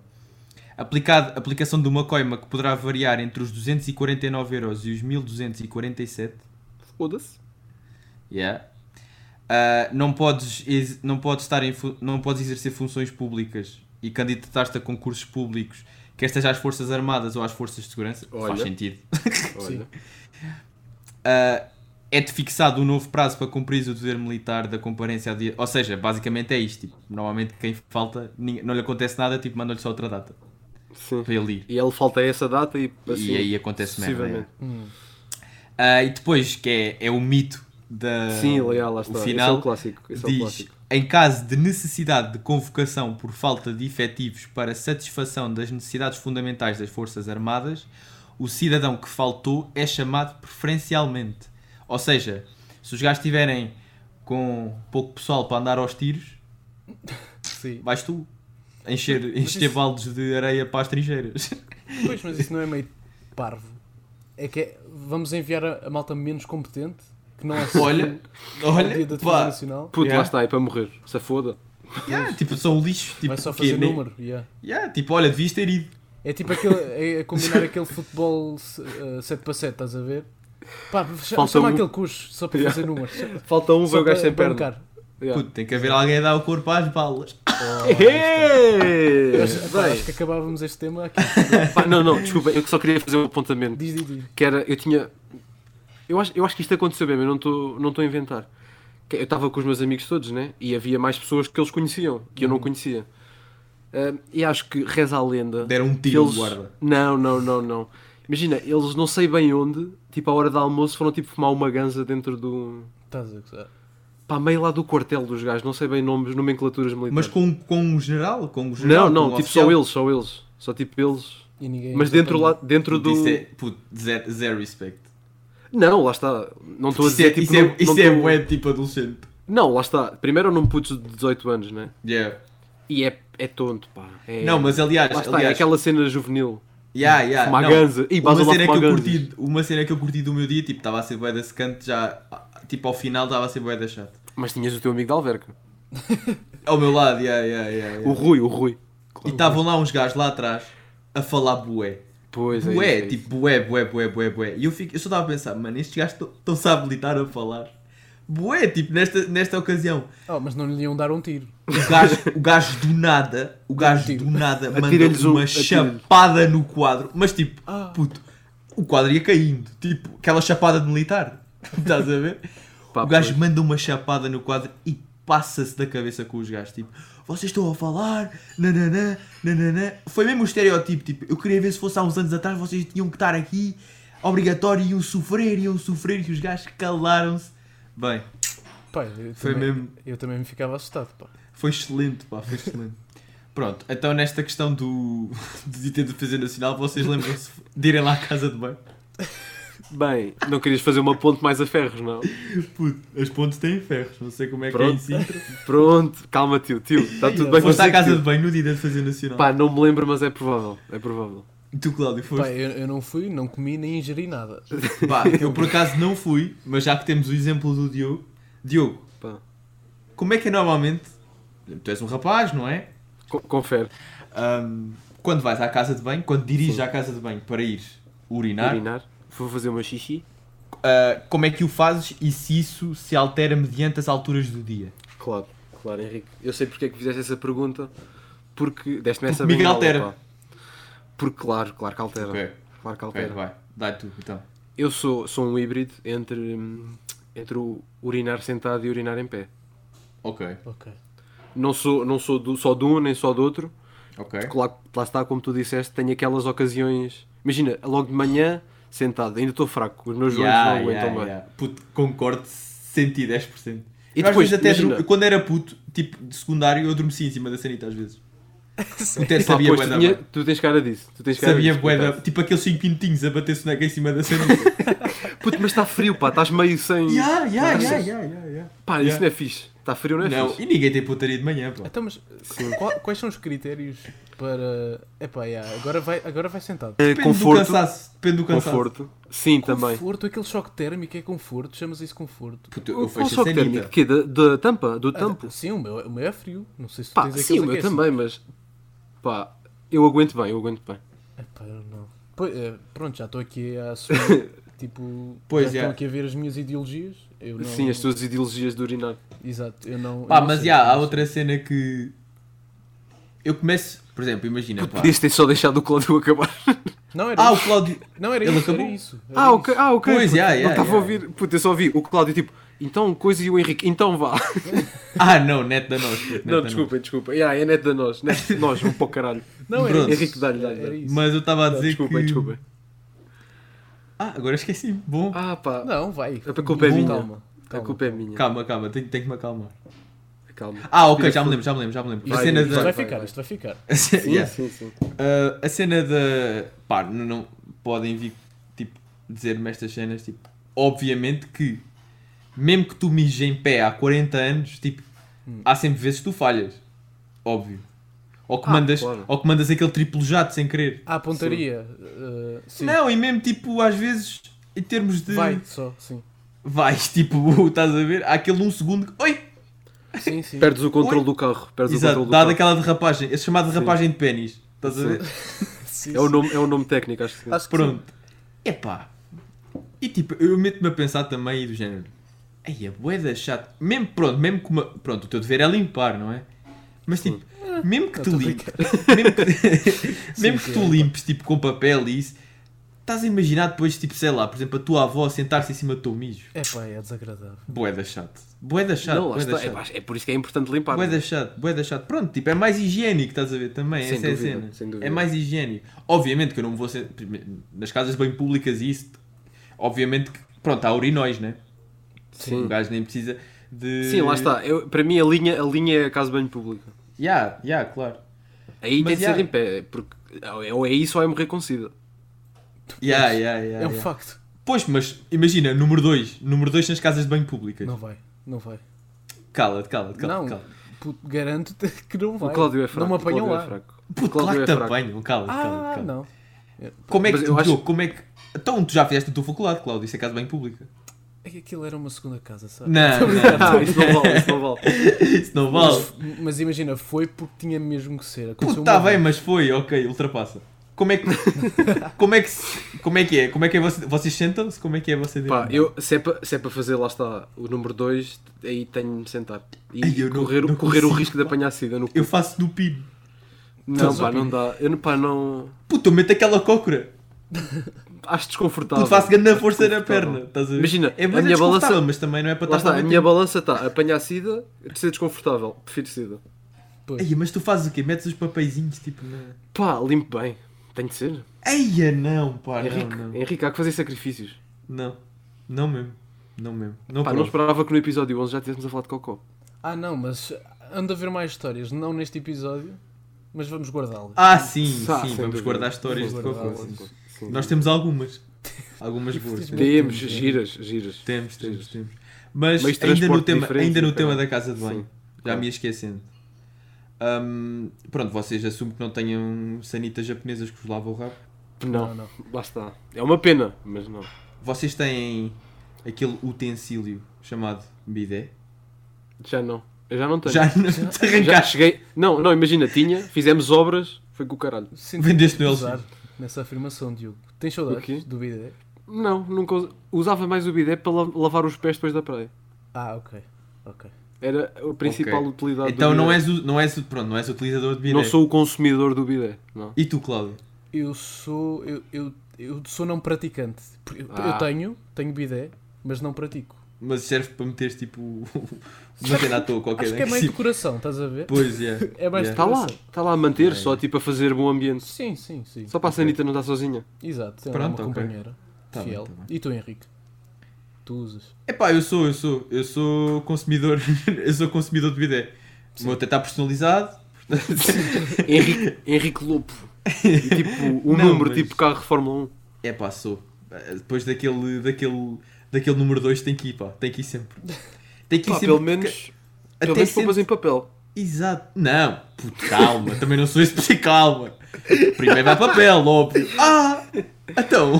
C: Aplicado, aplicação de uma coima que poderá variar entre os 249 euros e os 1247.
D: Foda-se.
C: Yeah. Ah, não, podes, ex- não, podes estar em fu- não podes exercer funções públicas e candidatar-te a concursos públicos, quer esteja às Forças Armadas ou às Forças de Segurança. Faz
D: Olha.
C: sentido.
D: Olha.
C: Ah, É-te fixado um novo prazo para cumprir o dever militar da comparência a dia. Ou seja, basicamente é isto. tipo, normalmente quem falta, nin- não lhe acontece nada, tipo, mandam-lhe só outra data
D: Sim.
C: para ele ir.
D: E ele falta a essa data e assim.
C: e aí acontece merda.
D: sucessivamente.
C: é. Ah, e depois, que é, é o mito da.
D: Sim, lá, lá está.
C: O
D: Esse
C: final
D: é o clássico. Esse é o
C: diz,
D: clássico.
C: em caso de necessidade de convocação por falta de efetivos para satisfação das necessidades fundamentais das Forças Armadas, o cidadão que faltou é chamado preferencialmente. Ou seja, se os gajos estiverem com pouco pessoal para andar aos tiros,
A: Sim.
C: vais tu encher, encher
A: isso-
C: baldes de areia para as
D: [LAUGHS]
C: trincheiras.
A: Pois, mas isso não é meio parvo. É que é- vamos enviar a, a malta menos competente, que não é só
C: Olha,
A: o dia
C: olha,
A: da defesa
C: pá,
A: nacional.
D: Puto,
C: Yeah.
D: lá está, é para morrer. Se foda.
C: yeah, tipo, são lixo. Tipo,
A: Vai só
C: quê,
A: fazer
C: nem-
A: número. yeah.
C: Yeah, tipo, olha, devias ter ido.
A: É tipo aquele, é, é combinar aquele futebol 7 para 7, estás a ver? Pá, ch-
D: Falta
A: chama
D: um.
A: aquele cujo só para fazer números.
D: Falta um,
A: Só
D: vai o gajo
A: para
D: sem perna.
A: bancar.
D: Yeah.
C: Puto, tem que haver alguém a dar o corpo às balas.
D: Hey!
A: Eu acho, pá,
D: Bem,
A: acho que acabávamos este tema aqui.
D: pá, não, não, desculpa, eu só queria fazer um apontamento.
A: Diz, diz, diz.
D: Que era, eu tinha. Eu acho, eu acho que isto aconteceu mesmo, eu não estou não tô a inventar. Que Eu estava com os meus amigos todos, né? E havia mais pessoas que eles conheciam, que eu não conhecia. Ah, e acho que reza a lenda.
C: Deram um
D: que
C: tiro no
D: eles-
C: guarda.
D: Não, não, não, não. Imagina, eles não sei bem onde, tipo, à hora do almoço, foram tipo fumar uma ganza dentro do.
A: Estás a gozar.
D: pá, meio lá do quartel dos gajos, não sei bem nomes, nomenclaturas militares.
C: Mas com, com o geral? Com o geral
D: Não, não,
C: com o
D: tipo
C: oficial?
D: só eles, só eles. Só tipo eles.
A: E ninguém
D: Mas dentro lá, dentro
C: Puto,
D: do.
C: Isso é, puto, zero, zero respect.
D: Não, lá está. Não estou a
C: Isso é,
D: dizer
C: tipo,
D: tipo.
C: isso é,
D: não,
C: isso
D: não
C: é
D: tô-
C: bué, tipo adolescente.
D: Não, lá está. Primeiro eu não puto de 18 anos, né?
C: Yeah.
D: E é, é tonto, pá. É-
C: Não, mas aliás,
D: Lá está, é
C: aliás
D: aquela cena juvenil.
C: yeah, yeah,
D: fumar
C: não.
D: ganza. Ih, vas
C: uma,
D: lá
C: cena que
D: fumar
C: eu
D: ganzas.
C: curti, uma cena que eu curti do meu dia, tipo, estava a ser bué da secante, já, tipo, ao final estava a ser bué da chato.
D: Mas tinhas o teu amigo da Alverca.
C: Ao meu lado, yeah, yeah, yeah, yeah.
D: O Rui, o Rui.
C: E estavam lá uns gajos lá atrás a falar bué.
D: Pois é.
C: Bué,
D: isso, é
C: tipo, bué, bué, bué, bué, bué. E eu, fico, eu só estava a pensar, mano, estes gajos estão-se a habilitar a falar. Bué, tipo, nesta, nesta ocasião.
A: Oh, mas não lhe iam dar um tiro.
C: O
D: [LAUGHS]
C: gajo, o gajo do nada, o gajo
A: Tiro.
C: do nada
D: Atira-lhes
C: mandou
D: um-
C: uma
D: atira-lhes.
C: chapada no quadro, mas tipo,
A: Ah.
C: puto, o quadro ia caindo, tipo, aquela chapada de militar, [LAUGHS] estás a ver?
D: Pá,
C: o gajo
D: pois.
C: manda uma chapada no quadro e passa-se da cabeça com os gajos, tipo, vocês estão a falar, nananã, nananã. Foi mesmo o estereótipo, tipo, eu queria ver se fosse há uns anos atrás, vocês tinham que estar aqui, obrigatório, iam sofrer, iam sofrer, e os gajos calaram-se. Bem,
A: Pá, eu
C: Foi
A: também,
C: mesmo.
A: Eu também me ficava assustado, pá.
C: Foi excelente, pá, foi
D: [LAUGHS]
C: excelente. Pronto, então nesta questão do [LAUGHS] de ter de fazer nacional, vocês lembram-se de irem lá à casa de banho?
D: Bem, não querias fazer uma ponte mais a ferros, não?
C: Puto, as pontes têm ferros, não sei como é
D: Pronto.
C: que é em Sintra.
D: Pronto, calma, tio, tio. Está tudo bem
C: Foste à
D: contigo,
C: casa
D: tio?
C: de banho no dia de fazer nacional.
D: Pá, não me lembro, mas é provável. É provável.
C: E Tu, Cláudio,
A: Pá,
C: foste.
A: eu, eu não fui, não comi, nem ingeri nada.
D: é.
C: Pá, eu por acaso não fui, mas já que temos o exemplo do Diogo. Diogo,
D: Pá.
C: como é que é normalmente? Tu és um rapaz, não é?
D: Co- Confere.
C: Ahm, quando vais à casa de banho, quando diriges à casa de banho para ir urinar,
D: Urinar. Vou fazer uma xixi.
C: ah, como é que o fazes e se isso se altera mediante as alturas do dia?
D: Claro, claro, Henrique. Eu sei porque é que fizeste essa pergunta, porque deste-me essa
C: Miguel
D: bengala,
C: altera.
D: pá. Porque claro, claro que altera.
C: Ok.
D: Claro que
C: Ok,
D: altera.
C: vai. Dá-lhe tu, então.
D: Eu sou, sou um híbrido entre, hum, entre o urinar sentado e urinar em pé.
C: Ok,
A: Ok.
D: Não sou, não sou do- só de um nem só do outro.
C: ok.
D: Porque É lá, lá está, como tu disseste, tenho aquelas ocasiões. Imagina, logo de manhã, sentado, ainda estou fraco, os meus joelhos
C: Yeah,
D: não aguentam
C: yeah,
D: bem.
C: yeah. Puto, concordo 110%.
D: E
C: Eu às
D: depois,
C: vezes até
D: imagina-
C: adorme- quando era puto, tipo de secundário, eu adormeci em cima da sanita às
D: [LAUGHS]
C: vezes. Até
D: Pá,
C: sabia
D: pois,
C: bué
D: tu,
C: da
D: tinha-
C: bem.
D: tu tens cara disso. Tu tens cara
C: Sabia
D: disso,
C: bué
D: por
C: da-
D: acaso.
C: Tipo aqueles 5 pintinhos a bater soneca em cima da
D: [LAUGHS]
C: sanita.
D: Puto, mas está frio, pá, estás meio sem.
C: yeah, yeah,
D: Achas?
C: yeah, yeah, yeah, yeah.
D: Pá, isso
C: Yeah.
D: não é fixe. Está frio, não é
C: Não,
D: fixe?
C: e ninguém tem putaria de manhã, pá.
A: Então, mas qual- quais são os critérios para. Epá, yeah, agora, vai, agora vai sentado.
D: É,
C: Depende do
D: conforto.
C: cansaço. Depende do cansaço.
D: Conforto. Sim, também.
A: Conforto, aquele choque térmico é conforto, chamas isso conforto.
C: Puto, eu
D: O
C: fecho a
D: só que
C: sanita.
D: térmico, quê? Da, da tampa? Do
A: Ah,
D: tampo?
A: Sim, o meu, o meu é frio. Não sei se tu
D: Pá,
A: tens
D: sim, o meu
C: é
A: aqueles
C: assim.
A: aquecem.
D: também, mas. Pá, eu aguento bem, eu aguento bem.
A: Epá, eu não. Pois, é, pronto, já estou aqui a assumir.
D: [LAUGHS]
A: tipo,
C: Pois,
A: já
C: é.
A: estão aqui a ver as minhas ideologias. Eu não,
D: Sim, as tuas ideologias de urinar.
A: Exato, eu não. eu
C: Pá,
A: não
C: mas
A: sei, é
C: já,
A: eu não
C: há
A: sei.
C: outra cena que. Eu começo, por exemplo, imagina, pá.
D: Podias ter só deixado o Cláudio acabar.
A: Não era
C: Ah, o
A: isso.
C: Cláudio.
A: Não era
C: ele
A: isso.
C: acabou?
A: Era isso era
D: Ah, ok, ah, ok.
C: Pois,
D: puto,
C: yeah, yeah,
D: não estava
C: yeah.
D: a ouvir. Puta, eu só ouvi o Cláudio tipo, então coisa e o Henrique, então vá.
C: Ah, não, neto da nós. puto, neto da
D: [LAUGHS] não,
C: nós.
D: desculpa, desculpa. Yeah, é neto da nós, neto de nós, um para o
C: [LAUGHS]
D: caralho.
A: isso. Não, era
C: Pronto.
A: isso.
D: Henrique, dá-lhe, dá-lhe,
A: Era
D: dá-lhe.
A: isso.
C: Mas eu estava a dizer
D: Desculpa,
C: que.
D: desculpa.
C: Ah, agora esqueci. Bom,
D: Ah, pá.
A: Não, vai.
D: A culpa é
A: Bom,
D: minha.
A: Calma.
D: a
A: calma.
D: culpa é minha.
C: calma, calma, tenho, tenho que me acalmar.
D: Calma.
C: Ah, ok, já me lembro, já me lembro, já me lembro.
A: Isto,
C: a cena
A: isto
C: da.
A: vai,
D: vai,
A: ficar,
D: vai.
A: isto vai ficar.
C: [LAUGHS]
D: Sim,
C: Yeah.
D: sim, sim.
C: Ah, a cena da. Pá, não, não podem vir, tipo, dizer-me estas cenas, tipo. Obviamente que, mesmo que tu mijes em pé há 40 anos, tipo,
D: Hum.
C: há sempre vezes que tu falhas. Óbvio. Ou que,
D: Ah,
C: mandas,
D: claro.
C: ou que mandas aquele triplo jato sem querer.
A: Ah, a pontaria. eh, sim.
C: Não, e mesmo tipo, às vezes, em termos de.
A: Vai, só, sim.
C: Vais, tipo, [LAUGHS] estás a ver? Há aquele um segundo que. Oi!
A: Sim, sim.
D: Perdes o controle
C: Oi?
D: do carro. Perdes o
C: Exato,
D: controle do carro.
C: dá daquela derrapagem. Esse chamado derrapagem de pênis. Estás a ver?
A: Sim,
D: É, o
A: sim.
D: nome, é o nome técnico, acho que sim.
A: Acho que sim.
C: Pronto. Epá. E tipo, eu meto-me a pensar também aí do género. Ai, é a boeda chata. Mesmo, pronto, mesmo que uma... Pronto, o teu dever é limpar, não é? Mas tipo, mesmo que tu limpes, [LAUGHS] mesmo que, mesmo que tu limpes, tipo, com papel e isso, estás a imaginar depois, tipo, sei lá, por exemplo, a tua avó sentar-se em cima do teu mijo.
A: É pá, é desagradável.
C: Boeda chato. Boeda chato.
D: Não, lá
C: bué da
D: está.
C: chato.
D: É, pá, é por isso que é importante limpar.
C: Bué
D: não é?
C: da chato, bué da chato. Pronto, tipo, é mais higiênico, estás a ver também.
D: Sem
C: essa
D: dúvida,
C: é a cena.
D: sem dúvida.
C: É mais higiênico. Obviamente que eu não vou ser. Nas casas bem públicas e isso. Obviamente que. Pronto, há urinóis, né?
D: Sim.
C: O gajo nem precisa de.
D: Sim, lá está. Eu- para mim, a linha, a linha é a casa de banho pública.
C: Ya, ya, claro.
D: Aí
C: Mas
D: tem de
C: já-
D: ser em pé, porque é- ou é isso ou é morrer com sida.
C: Ya, ya, ya.
A: É um
C: ya.
A: facto.
C: Pois, mas imagina, número 2. Número 2 nas casas de banho públicas.
A: Não vai, não vai.
C: Cala-te, cala-te,
A: Não,
C: cala-te. Cala
A: puto, garanto-te [LAUGHS] que não
D: O
A: vai.
D: Cláudio é fraco.
A: Não me
D: o Cláudio
A: apanham
D: É
A: lá.
D: fraco.
C: Puto, claro que
D: Cláudio é
C: te
D: fraco.
C: apanham, cala-te, cala-te.
A: Ah,
C: cala-te.
A: não.
C: Como é que.
D: Mas eu acho-
C: Diogo, como é que. Então, tu já fizeste a tua faculdade, Cláudio, isso é casa de banho
D: [LAUGHS]
C: pública.
A: Ai, É Aquilo era uma segunda casa, sabe?
C: Não, não, [LAUGHS]
D: Ah, isso [LAUGHS] não vale, isso não vale.
C: isso não vale.
A: Mas, mas imagina, foi porque tinha mesmo que ser.
C: Puta,
A: Aconteceu
C: tá
A: uma
C: bem,
A: vez.
C: mas foi, ok, ultrapassa. Como é que. [LAUGHS] como é que. se- Como é que é? Como é que é você, vocês sentam-se? Como é que é você
D: Pá, eu, se é para fazer, lá está, o número 2, aí tenho de me sentar. E
C: Ai, eu não-
D: correr,
C: não
D: correr o
C: consigo,
D: risco de apanhar sida. No...
C: Eu faço do PIB.
D: Não,
A: Mas,
D: pá,
A: ó,
D: não dá. Eu, não- pá, não...
C: Puta, eu meto aquela cócora.
D: Acho desconfortável.
C: Puta, faço grande
D: Acho
C: força na
D: é desconfortável.
C: perna. Estás a ver?
D: Imagina,
C: é
D: a
C: bué
D: minha
C: desconfortável,
D: balança-
C: Mas também não é para
D: Lá
C: estar
D: está,
C: lá
D: a minha balança está, apanhar sida, de ser desconfortável. Prefiro sida.
C: Ei, mas tu fazes o quê? Metes os papeizinhos tipo na.
D: Pá, limpo bem. Tem de ser. É
C: Eia, não, pá, não,
D: Henrique,
C: não.
D: Henrique, há que fazer sacrifícios.
C: Não, não mesmo. Não mesmo. Não,
D: Pá, não
C: provo.
D: esperava que no episódio 11 já tivéssemos a falar de Cocó.
A: Ah, não, mas anda a ver mais histórias. Não neste episódio, mas vamos guardá-las.
C: Ah, sim, sim,
D: Ah, sem
C: vamos
D: dúvida.
C: guardar histórias de
A: Vamos
C: cocô.
A: guardar,
C: sim.
A: sim.
C: Nós temos algumas. Algumas boas.
A: Infelizmente,
D: Temos,
A: Temos,
D: giras, giras.
C: Temos, temos, temos. Mas
D: Meios de
C: ainda no,
D: transporte
C: tema,
D: diferentes,
C: ainda no
D: diferente.
C: tema da casa de banho,
D: Sim,
C: já
D: claro.
C: me ia esquecendo. Hum, pronto, vocês assumem que não tenham sanitas japonesas que vos lavam o rabo.
D: Não,
A: Não, não.
D: lá está. É uma pena, mas não.
C: Vocês têm aquele utensílio chamado bidé.
D: Já não. Eu já não tenho.
C: Já não te
D: Já
C: arrancaste.
D: cheguei. Não, não, imagina, tinha, fizemos obras, foi com o caralho.
A: Sinto
C: Vendeste no
A: pesar
C: LG.
A: Nessa afirmação, Diogo. Tens
D: O quê?
A: saudades do BD?
D: Não, nunca us- usava mais o bidé para la- lavar os pés depois da praia.
A: Ah, ok. Ok.
D: Era a principal
C: Ok.
D: utilidade
C: Então
D: do
C: não
D: bidé.
C: és, o- não, és, o- pronto, não és utilizador de bidé.
D: Não sou o consumidor do bidé. Não.
C: E tu, Cláudio?
A: Eu sou. Eu, eu, eu sou não praticante. Porque Eu,
D: Ah.
A: eu tenho, tenho bidé, mas não pratico.
C: Mas serve para meteres tipo [LAUGHS] uma cena à toa qualquer.
A: Acho que é meio de coração, estás a ver?
C: Pois, yeah.
A: É mais
C: yeah. Tá
D: Está Tá lá, está lá a manter,
C: É.
D: só tipo a fazer bom ambiente.
A: Sim, sim, sim.
D: Só para a Sanita não estar sozinha.
A: Exato, tem lá
C: Pronto,
A: uma
C: ok.
A: companheira
C: Tá bem,
A: fiel.
C: tá bem.
A: E tu, Henrique? Tu usas?
C: Epá, eu sou, eu sou, eu sou consumidor, [LAUGHS] eu sou consumidor de bidé. O meu até está personalizado.
D: Henrique,
C: [LAUGHS]
D: Henrique Lopo. E, tipo, um
C: Não,
D: número
C: mas-
D: tipo carro de Fórmula 1.
C: Epá, É sou. Eh, Depois daquele, daquele, daquele número 2 tem que ir, pá, tem que ir sempre. Tem que ir
D: Pá,
C: sempre.
D: pelo menos, pelo menos
C: sempre-
D: poupas em papel.
C: Exato. Não, puto, calma, também não sou esse [LAUGHS] puto, calma. Primeiro vai papel, óbvio. Ah!
D: [LAUGHS]
C: Então,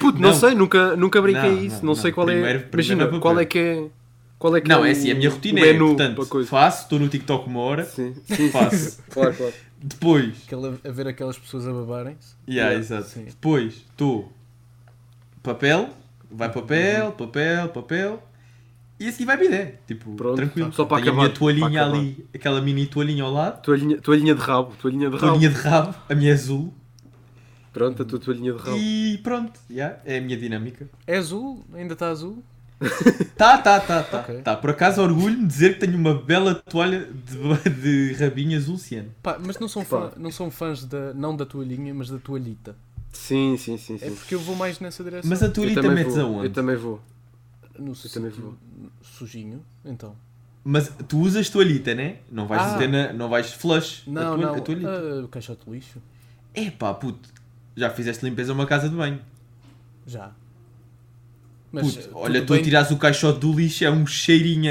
D: Puto, não,
C: Não.
D: sei, nunca, nunca brinquei
C: Não,
D: isso. Não,
C: não,
D: sei
C: não.
D: qual
C: Primeiro-
D: é.
C: primeiro
D: Imagina,
C: papel.
D: qual é que é. Qual é que
C: não,
D: é
C: é assim, a minha
D: o-
C: rotina
D: o
C: é,
D: menu
C: portanto,
D: para coisa.
C: faço, estou no TikTok uma hora,
D: Sim, sim, sim.
C: faço.
D: claro, claro.
C: Depois,
A: Aquela, a ver aquelas pessoas a babarem-se?
C: Yeah,
D: Yeah,
C: exato.
A: sim.
C: Depois, estou papel,
D: Uhum.
C: vai papel, papel, papel e a seguir vai bidé. Tipo,
D: Pronto,
C: tranquilo.
D: só para
C: Tenho
D: acabar,
C: a minha toalhinha
D: para
C: ali, aquela mini toalhinha ao lado,
D: Toalhinha, toalhinha de rabo, toalhinha de rabo.
C: toalhinha de rabo, a minha azul
D: Pronto, a tua toalhinha de rabo.
C: e pronto, yeah, é a minha dinâmica.
A: É azul? Ainda está azul?
C: Tá, tá, tá, tá.
A: Ok.
C: tá. Por acaso orgulho-me de dizer que tenho uma bela toalha de, [LAUGHS] de rabinho azul ciano.
A: Pá, mas não são,
D: Pá.
A: fã, não são fãs da, não da toalhinha, mas da toalhita.
D: Sim, sim, sim. sim.
A: É porque eu vou mais nessa direção.
C: Mas a
D: Eu
C: toalhita
D: também,
C: metes
D: vou,
C: aonde?
D: eu também vou.
A: no sítio
D: também vou.
A: sujinho, então.
C: Mas tu usas toalhita, né? Não vais
A: Ah.
C: meter na, não vais flush a
A: Não,
C: toalha-
A: não,
C: a
D: eh,
C: toalhita.
A: ah, caixote de lixo,
C: Epá, puto, já fizeste limpeza a uma casa de banho.
A: já.
C: Puto,
A: ah,
C: olha,
A: tudo
C: tu
A: bem-
C: a tirares o caixote do lixo, é um cheirinho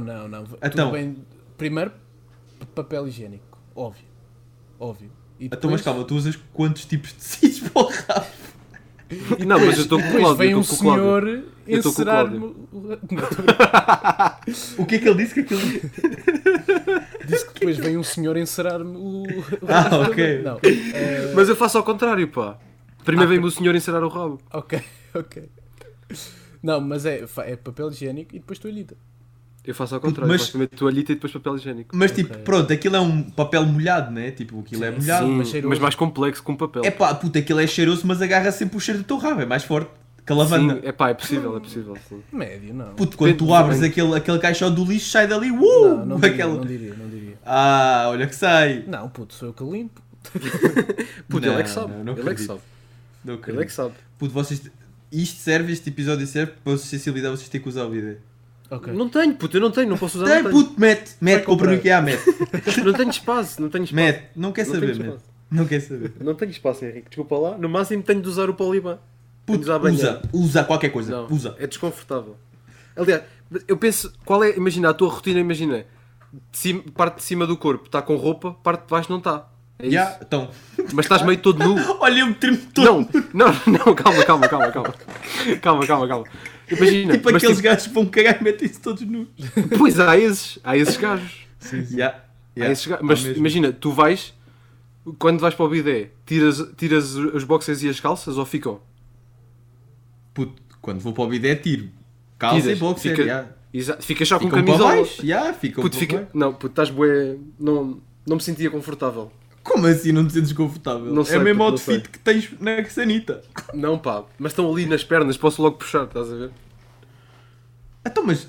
A: Não, não, não. Tudo
C: Então.
A: bem- Primeiro, p- papel higiênico, óbvio. Óbvio. E
C: Então, mas calma, tu usas quantos tipos de [LAUGHS] tecidos para o rabo?
D: Não, mas eu estou com o
A: Depois
D: Cláudio.
A: vem
D: Eu
A: um
D: estou com o Cláudio.
A: senhor
D: Eu tô com o Cláudio.
A: encerar-me. [LAUGHS]
C: O que é que ele disse? O Que é que ele...
A: Diz que depois vem um senhor encerar-me o.
C: Ah, ok.
A: Não. é,
D: Mas eu faço ao contrário, pá. Primeiro vem-me o senhor encerar o rabo.
A: Ok, [LAUGHS] ok. Não, mas é, fa- é papel higiênico e depois toalhita.
D: Eu faço ao contrário.
C: Mas-
D: Mas... Faço primeiro toalhita e depois papel higiênico.
C: Mas tipo,
A: Ok.
C: pronto, aquilo é um papel molhado, né? Tipo, aquilo é
A: Sim,
C: molhado.
D: Sim,
A: mas
D: mas,
A: cheiroso.
D: mais complexo com papel.
C: É pá, puta, aquilo é cheiroso, mas agarra sempre o cheiro do teu rabo, é mais forte que a lavanda.
D: Sim, é pá, é possível, é possível, sim.
A: Médio, não.
C: Puto, quando
D: Depende
C: tu
D: do
C: abres
D: banho.
C: aquele, aquele caixote do lixo, sai dali, uh!
A: Não, não diria,
C: aquela...
A: não diria, não diria.
C: Ah, olha que sai.
A: Não, puto, sou eu que limpo.
D: Puto,
C: Não,
D: ele é que sabe.
C: não, não
D: ele é que
C: acredito.
D: sabe.
C: Não
D: Ele é que
C: acredito.
D: sabe.
C: Puto, vocês... Isto serve, este episódio serve para a sensibilidade, vocês têm que usar o vídeo.
A: Ok.
D: Não tenho, puto, eu não tenho, não posso usar.
C: Tem,
D: não,
C: puto, mete, mete,
A: comprar.
C: compra no IKEA,
D: [LAUGHS]
C: mete.
D: tenho. não tenho espaço, não tenho espaço.
C: Mete, não quer
D: Não
C: saber,
D: tenho
C: mete.
D: espaço.
C: Não quer saber.
D: Não tenho espaço, Henrique, desculpa lá. No máximo tenho de usar o Poliban. Tenho
C: Puto,
D: de usar a banheira.
C: usa, usa qualquer coisa,
D: Não,
C: usa.
D: É desconfortável. Aliás, eu penso, qual é, imagina, a tua rotina, imagina, de cima- parte de cima do corpo está com roupa, parte de baixo não está. É isso.
C: Já, então. [LAUGHS]
D: Mas estás meio todo nu.
C: Olha, eu me tremo todo.
D: Não, não, não, calma, calma, calma, calma. Calma, calma, calma. Imagina,
C: Tipo
D: mas
C: aqueles
D: tipo,
C: gajos que vão cagar e metem-se todos nus.
D: pois há esses, há esses gajos.
C: Já, já.
D: Há Ah, esses gajos. Mas
C: Há mesmo.
D: imagina, tu vais, quando vais para o bidé, tiras, tiras os boxers e as calças ou ficam?
C: Puto, quando vou para o bidé, tiro. Calça
D: Tiras,
C: e Ah, boxer,
D: fica-
C: já.
D: Exato, ficas só com
C: Ficam para
D: camisola.
C: baixo, já, ficam
D: Puto,
C: para
D: fica...
C: baixo.
D: Não, puto, estás bué, não, não me sentia confortável.
C: Como assim não te sentes confortável?
D: Não sei,
C: é o mesmo
D: puto, não
C: outfit
D: sei.
C: que tens na sanita.
D: Não, pá, mas estão ali nas pernas, posso logo puxar, estás a ver?
C: Então, mas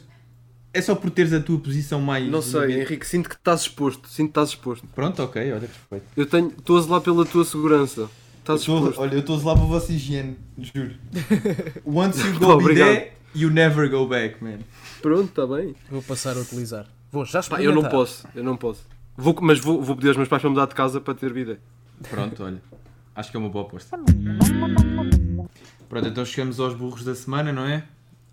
C: é só por teres a tua posição mais...
D: Não sei, Henrique, sinto que estás exposto, sinto que estás exposto.
C: Pronto, ok, olha, perfeito.
D: Eu tenho, estou a zelar pela tua segurança.
C: Eu
D: Estás
C: tô-
D: exposto.
C: olha, eu estou a zelar para a vossa higiene, [LAUGHS] juro. Once [LAUGHS] you
D: Pá,
C: go bidé,
D: obrigado.
C: you never go back, man.
D: Pronto, está bem.
A: Vou passar a utilizar. Vou, já
D: Pá, eu não
C: tá.
A: experimentar.
D: posso, eu não posso. Vou, mas vou, vou pedir aos meus pais para mudar de casa para ter vida.
C: Pronto, olha. Acho que é uma boa aposta. Pronto, então chegamos aos burros da semana, não é?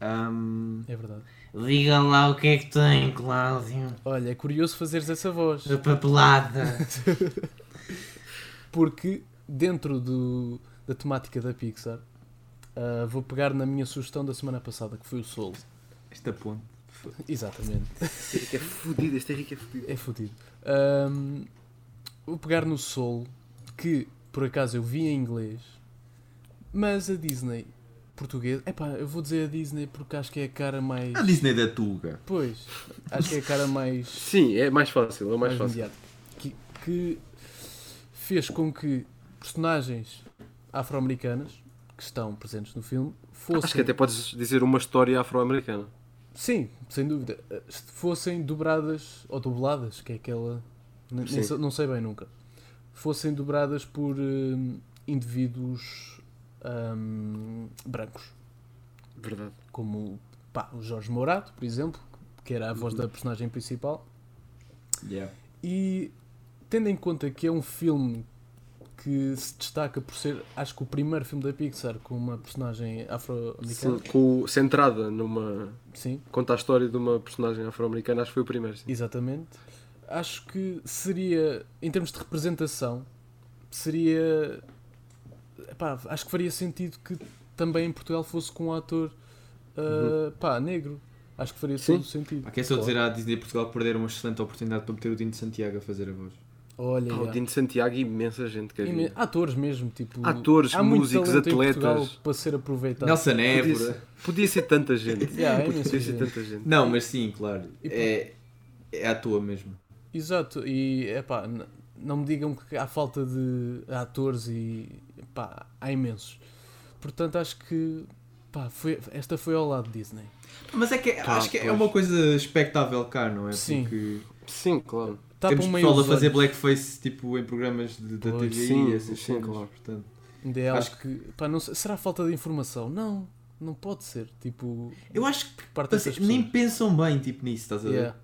C: Ahm,
A: É verdade.
E: Diga lá o que é que tem, Cláudio.
A: Olha, é curioso fazeres essa voz.
E: A papelada.
A: Porque dentro do, da temática da Pixar, ah, vou pegar na minha sugestão da semana passada, que foi o Soul.
C: esta ponte.
A: Exatamente.
D: Este Henrique é fodido, este Henrique é fodido.
A: É fodido. Ahm, vou pegar no Soul, que por acaso eu vi em inglês, mas a Disney portuguesa. Epá, eu vou dizer a Disney porque acho que é a cara mais.
C: A Disney da Tuga.
A: Pois, acho que é a cara mais.
D: Sim, é mais fácil, é o mais
A: mais
D: fácil.
A: mediático, que, que fez com que personagens afro-americanas que estão presentes no filme fossem.
D: Acho que até podes dizer uma história afro-americana.
A: Sim, sem dúvida. eh, se Fossem dobradas ou dubladas, que é aquela. nem- nem
D: Sim.
A: sei- não sei bem nunca. Fossem dobradas por hum, indivíduos hum, brancos.
D: Verdade.
A: Como pá, o Jorge Mourado, por exemplo, que era a voz
D: Uhum.
A: da personagem principal.
C: Yeah.
A: E tendo em conta que é um filme que se destaca por ser, acho que o primeiro filme da Pixar com uma personagem afro-americana.
D: Com, centrada numa.
A: Sim,
D: Conta a história de uma personagem afro-americana, acho que foi o primeiro. Sim.
A: exatamente. Acho que seria, em termos de representação, seria. epá, acho que faria sentido que também em Portugal fosse com um ator ah, pá, negro. Acho que faria
D: Uhum. Sim.
A: todo o sentido.
C: Ah, quer só dizer à Disney Portugal que perderam uma excelente oportunidade para meter o Dino de Santiago a fazer a voz.
A: Olha,
D: Pá, o
A: já.
D: Dino de Santiago, imensa gente que é
A: E
D: havia.
A: me- atores mesmo, tipo.
D: Atores,
A: há muito
D: músicos,
A: talento em Portugal
D: atletas.
A: Para ser aproveitado.
C: Nelson
D: Tá. Podia
C: Évora.
D: ser, podia ser tanta gente.
A: Yeah, é
D: podia
A: imensa
D: ser
A: gente.
D: tanta gente.
C: Não, mas sim, claro.
A: E por-
C: É, é à toa mesmo.
A: Exato, e epá, n- não me digam que há falta de atores e epá, há imensos. Portanto, acho que pá, foi, esta foi ao lado Disney.
C: Mas é que acho que é
D: pois.
C: uma coisa expectável cá, não é?
A: Sim.
C: Porque
D: Sim, claro.
A: Tapam
C: temos
A: meio
C: pessoal a
A: os
C: fazer
A: olhos.
C: blackface tipo, em programas de- da
A: Pois,
C: TV
D: sim,
C: e essas
D: sim,
C: cenas.
D: claro.
C: Portanto,
A: Ainda é algo
C: Acho
A: que, pá, não sei- será falta de informação? Não, não pode ser. Tipo,
C: eu acho que
A: parte
C: assim,
A: dessas pessoas.
C: nem pensam bem tipo, nisso, estás a ver?
A: Yeah.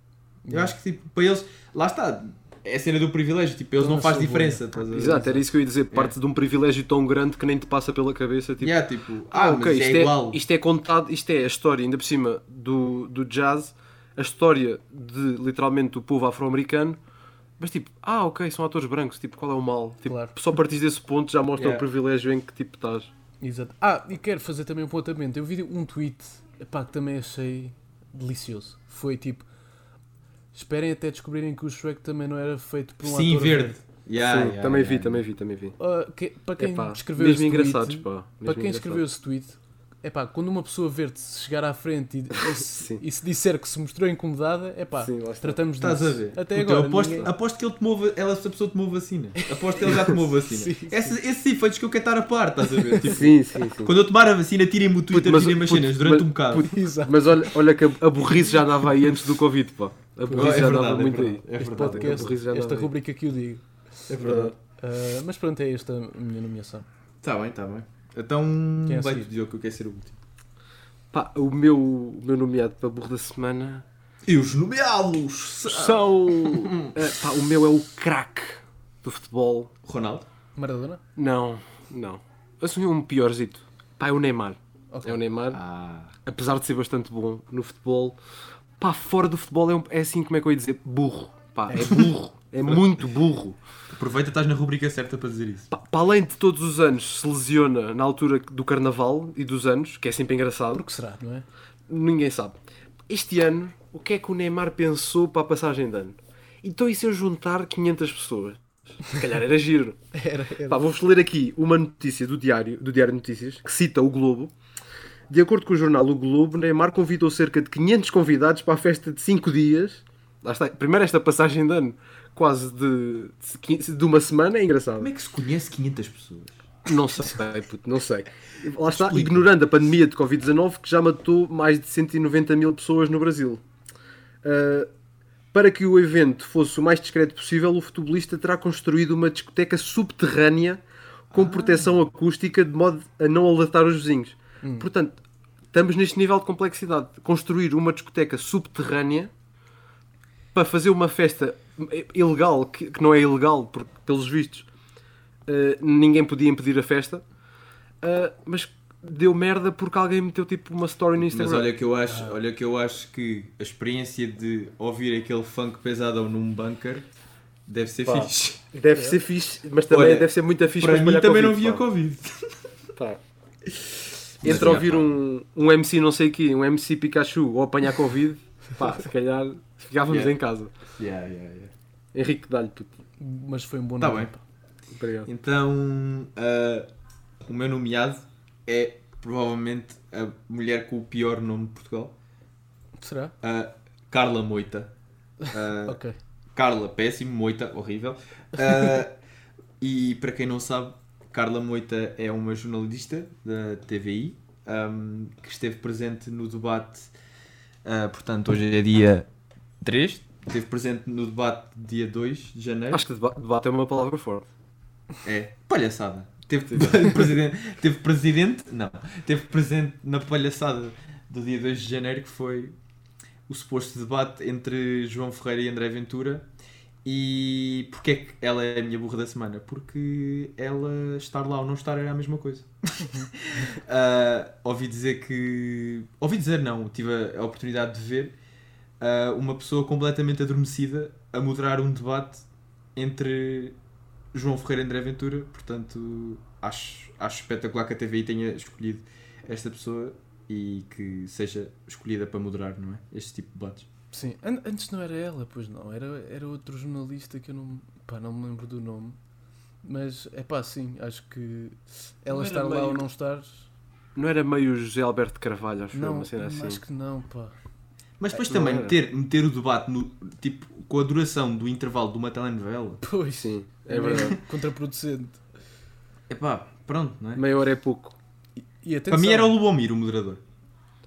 C: Eu acho que tipo, para eles, lá está, é a cena do privilégio, tipo, eles
A: Estão
C: não
A: na
C: faz
A: sua
C: diferença, estás a ver?
D: Exato, era isso que eu ia dizer. Parte de um privilégio tão grande que nem te passa pela cabeça. Tipo,
C: Yeah, tipo, ah,
D: ah,
C: mas
D: ok,
C: é
D: isto, é
C: igual.
D: isto é contado, isto é a história, ainda por cima, do, do jazz, a história de literalmente do povo afro-americano. Mas tipo, ah, ok, são atores brancos, tipo, qual é o mal? Tipo,
A: Claro.
D: Só a partir desse ponto já mostra
C: Yeah.
D: o privilégio em que tipo estás.
A: Exato. Ah, e quero fazer também um apontamento. Eu vi um tweet epá, que também achei delicioso. Foi tipo: esperem até descobrirem que o Shrek também não era feito por um
C: Sim,
A: ator
C: verde. Yeah,
D: Sim,
C: yeah,
D: também
C: yeah.
D: vi, também vi, também vi.
A: Ah, que- para quem
D: Epá,
A: escreveu
D: mesmo
A: esse tweet,
D: engraçados, pá, mesmo
A: para quem
D: engraçados.
A: escreveu esse tweet, é pá, quando uma pessoa verde se chegar à frente e, e se,
D: Sim.
A: e se disser que se mostrou incomodada, é pá,
D: Sim, lá está.
A: tratamos disso.
C: Estás a ver?
A: Até
C: Puta,
A: agora.
C: Aposto,
A: ninguém-
C: aposto que ele tomou, va- ela, essa pessoa tomou vacina. né? Aposto que ele já tomou vacina.
A: Sim, sim.
C: né? Esse- Esses efeitos que eu quero estar a par, estás a ver? Tipo,
D: Sim, sim, sim.
C: quando eu tomar a vacina, tirem-me o Twitter,
D: mas-
C: tirem-me as
D: puto,
C: cenas durante
D: mas-
C: um bocado.
A: [LAUGHS]
D: puto,
A: Exato.
D: Mas olha, olha que a, a burrice já andava aí antes do Covid, pá. A
C: Oh,
D: burrice já andava muito
C: verdade,
D: aí.
C: é
A: Este
C: verdade,
D: é
A: podcast,
D: burrice já não
A: esta
D: vi.
A: rubrica que eu digo.
C: é verdade.
A: Ah, mas pronto, é esta a minha nomeação.
C: Está bem, está bem. Então,
A: Quem é a
C: vai-te
A: seguir?
C: dizer o que eu quero ser o último.
D: Pá, o meu, o meu nomeado para burro da semana
C: E os nomeá-los
D: são. [LAUGHS] eh, pá, o meu é o craque do futebol.
C: Ronaldo.
A: Maradona?
D: Não, não. Assumiu um piorzito. Pá, é o Neymar.
A: Ok.
D: É o Neymar.
C: Ah,
D: Apesar de ser bastante bom no futebol, pá, fora do futebol é, um- é assim, como é que eu ia dizer? Burro. Pá, é burro. É muito burro.
C: aproveita, estás na rubrica certa para dizer isso.
D: Pa- Para além de todos os anos se lesiona na altura do carnaval e dos anos, que é sempre engraçado,
A: Porque será, não é?
D: ninguém sabe. Este ano, o que é que o Neymar pensou para a passagem de ano? Então e se eu juntar 500 pessoas? Se calhar era giro.
A: [LAUGHS] Era, era.
D: Pá, vou-vos ler aqui uma notícia do Diário, do Diário de Notícias, que cita o Globo. De acordo com o jornal O Globo, Neymar convidou cerca de 500 convidados para a festa de 5 dias. Lá está, primeiro esta passagem de ano, quase de, de, quin- de uma semana, é engraçado.
C: Como é que se conhece 500 pessoas?
D: Não sei, puto, não sei. Lá está, ignorando a pandemia de Covid-19 que já matou mais de 190 mil pessoas no Brasil. Ah, para que o evento fosse o mais discreto possível, o futebolista terá construído uma discoteca subterrânea com proteção acústica de modo a não alertar os vizinhos. Portanto, estamos neste nível de complexidade. Construir uma discoteca subterrânea para fazer uma festa ilegal, que, que não é ilegal, porque, pelos vistos, eh, ninguém podia impedir a festa, eh, mas deu merda porque alguém meteu tipo uma story no Instagram.
C: Mas olha que eu acho, olha que eu acho que a experiência de ouvir aquele funk pesadão num bunker deve ser
D: Pá.
C: fixe.
D: Deve ser fixe, mas também
C: Olha,
D: deve ser muito fixe
C: Para mim
D: espalhar
C: também
D: Covid,
C: não via
D: pá.
C: Covid.
D: Pá.
C: Mas
D: Entre
C: é,
D: ouvir
C: pá.
D: um, um MC não sei quê, um MC Pikachu ou apanhar Covid, [LAUGHS] pá, se calhar ficávamos
C: Yeah.
D: em casa.
C: Yeah, yeah, yeah.
D: Henrique, dá-lhe puto.
A: Mas foi um bom
C: Tá
A: nome,
C: bem.
A: pá.
D: Obrigado.
C: Então, ah, o meu nomeado é provavelmente a mulher com o pior nome de Portugal.
A: Será?
C: Ah, Carla Moita. Ah, [LAUGHS]
A: Ok.
C: Carla, péssimo, Moita, horrível. Ah, e para quem não sabe, Carla Moita é uma jornalista da TVI ahm, que esteve presente no debate. ah, portanto, hoje é dia 3. Esteve presente no debate dia 2 de janeiro.
D: Acho que deba- debate é uma palavra forte.
C: É, palhaçada. Teve presidente, teve presidente, não, teve presente na palhaçada do dia 2 de janeiro que foi o suposto debate entre João Ferreira e André Ventura. E porque é que ela é a minha burra da semana? Porque ela estar lá ou não estar era a mesma coisa. [LAUGHS] Ah, ouvi dizer que. Ouvi dizer não, tive a- a oportunidade de ver ah, uma pessoa completamente adormecida a moderar um debate entre João Ferreira e André Ventura, portanto acho, acho espetacular que a TVI tenha escolhido esta pessoa e que seja escolhida para moderar, não é? Este tipo de debates.
A: Sim. An- antes não era ela, pois não. Era, era outro jornalista que eu não. Pá, não me lembro do nome. Mas é pá, sim. Acho que ela
D: Não era
A: estar lá
D: meio-
A: ou não estar.
D: Não era meio José Alberto Carvalho, acho que
A: Não,
D: uma cena assim.
A: acho que não, pá.
C: Mas depois
D: É,
C: também
D: não era.
C: meter, meter o debate no, tipo, com a duração do intervalo de uma telenovela,
A: Pois.
D: Sim,
A: [LAUGHS]
D: é verdade.
A: meio Contraproducente.
C: é pá, pronto, não é?
D: Meia hora é pouco.
A: E atenção.
C: Para mim era o Lubomir o moderador.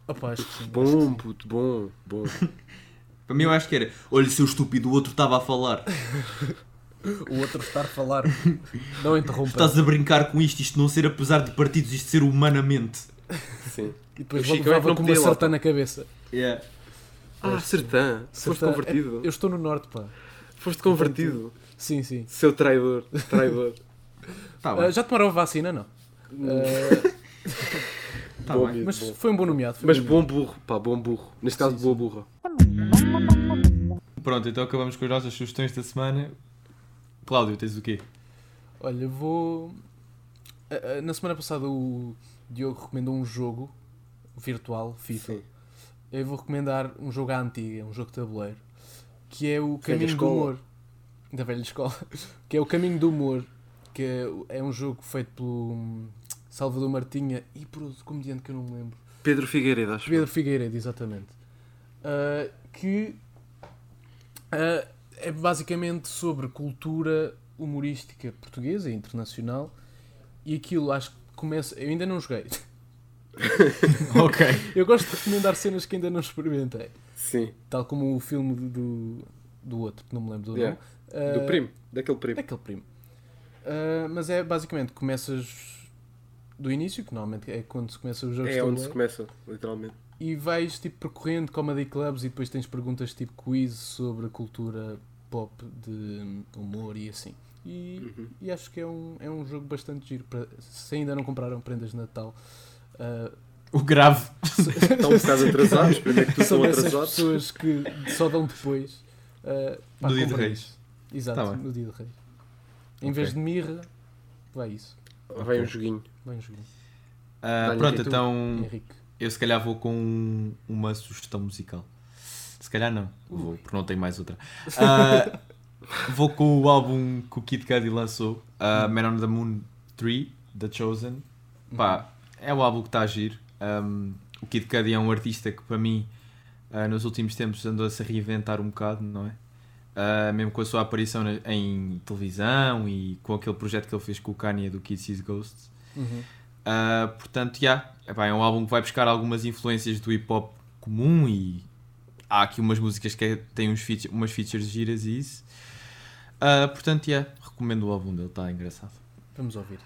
A: Opa, acho que sim.
D: Bom, puto, bom, [LAUGHS] bom.
C: Para mim eu acho que era, olha seu estúpido, o outro estava a falar,
A: O outro estar a falar. Não interrompa.
C: estás a brincar com isto, isto não ser apesar de partidos, isto ser humanamente.
D: Sim.
A: E depois
D: O Chico é que
A: levava
D: não
A: com uma
D: podia lá,
A: sarta
D: pá.
A: na cabeça.
C: Yeah.
D: Ah, Sertã, foste
A: Sartã-
D: convertido.
A: Eu estou no norte, pá.
D: Foste convertido.
A: Sim, sim.
D: Seu traidor, [LAUGHS] traidor.
C: Tá
A: Ah,
C: bem,
A: já tomaram a vacina? Não. Ah,
C: tá
D: bom,
C: bem.
D: amigo,
A: mas
D: Hum. bom.
A: foi um bom nomeado. foi
D: Mas
A: um
D: bom burro, pá, bom burro. Neste caso, boa burra.
C: Pronto, então acabamos com as nossas sugestões da semana. Cláudio, tens o quê?
A: Olha, eu vou. a- a- Na semana passada o Diogo recomendou um jogo virtual, FIFA.
D: Sim.
A: Eu vou recomendar um jogo à antiga, um jogo de tabuleiro, que é o
D: Velha
A: Caminho do
D: escola.
A: Humor. Da velha escola. [LAUGHS] Que é o Caminho do Humor, que é- é um jogo feito pelo hum, Salvador Martinha e por outro comediante que eu não me lembro.
D: Pedro Figueiredo, acho.
A: Pedro Figueiredo, exatamente. Ah, que ah, é basicamente sobre cultura humorística portuguesa e internacional. E aquilo acho que começa. Eu ainda não joguei. [LAUGHS]
C: ok.
A: Eu gosto de recomendar cenas que ainda não experimentei.
D: Sim.
A: Tal como o filme do- do, do outro, que não me lembro do
D: Yeah.
A: nome.
D: Do
A: Ah,
D: primo, daquele primo.
A: Daquele primo. Ah, mas é basicamente começas do início, que normalmente é quando se começa os jogos de
D: É onde
A: tabuleiro.
D: se começa, literalmente.
A: e vais tipo percorrendo comedy clubs e depois tens perguntas tipo quiz sobre a cultura pop de humor e assim. E, e acho que é um, é um jogo bastante giro. Para, se ainda não compraram prendas de Natal, ah,
C: [LAUGHS] O grave.
D: Estão um
A: [LAUGHS]
D: bocado atrasados, primeiro que tu
A: são
D: estão
A: essas
D: atrasados.
A: pessoas que só dão depois. ah, pá,
C: No dia de
A: comprem
C: Reis.
A: isso. Exato,
C: Tá bem.
A: no dia de reis. Em
C: Ok.
A: vez de mirra, vai isso.
D: Vai um joguinho.
A: Vai um joguinho.
C: Ah,
D: Dá-lhe
C: pronto,
A: aqui tu,
C: então
A: Henrique.
C: eu se calhar vou com um- uma sugestão musical. Se calhar não, vou, porque não tenho mais outra.
A: [LAUGHS]
C: Ah, vou com o álbum que o Kid Cudi lançou,
A: Hum.
C: ah, Man on the Moon 3, The Chosen. Pá, é o álbum que está a giro. Um, o Kid Cudi é um artista que para mim ah, nos últimos tempos andou a se reinventar um bocado, não é? Ah, mesmo com a sua aparição na- em televisão e com aquele projeto que ele fez com o Kanye do Kid Sees Ghosts.
A: Uhum.
C: Uh, portanto, já. Epá, é um álbum que vai buscar algumas influências do hip hop comum e há aqui umas músicas que é- têm uns feature, umas features giras e isso. Uh, portanto, já. Recomendo o álbum dele, está engraçado.
A: Vamos ouvir.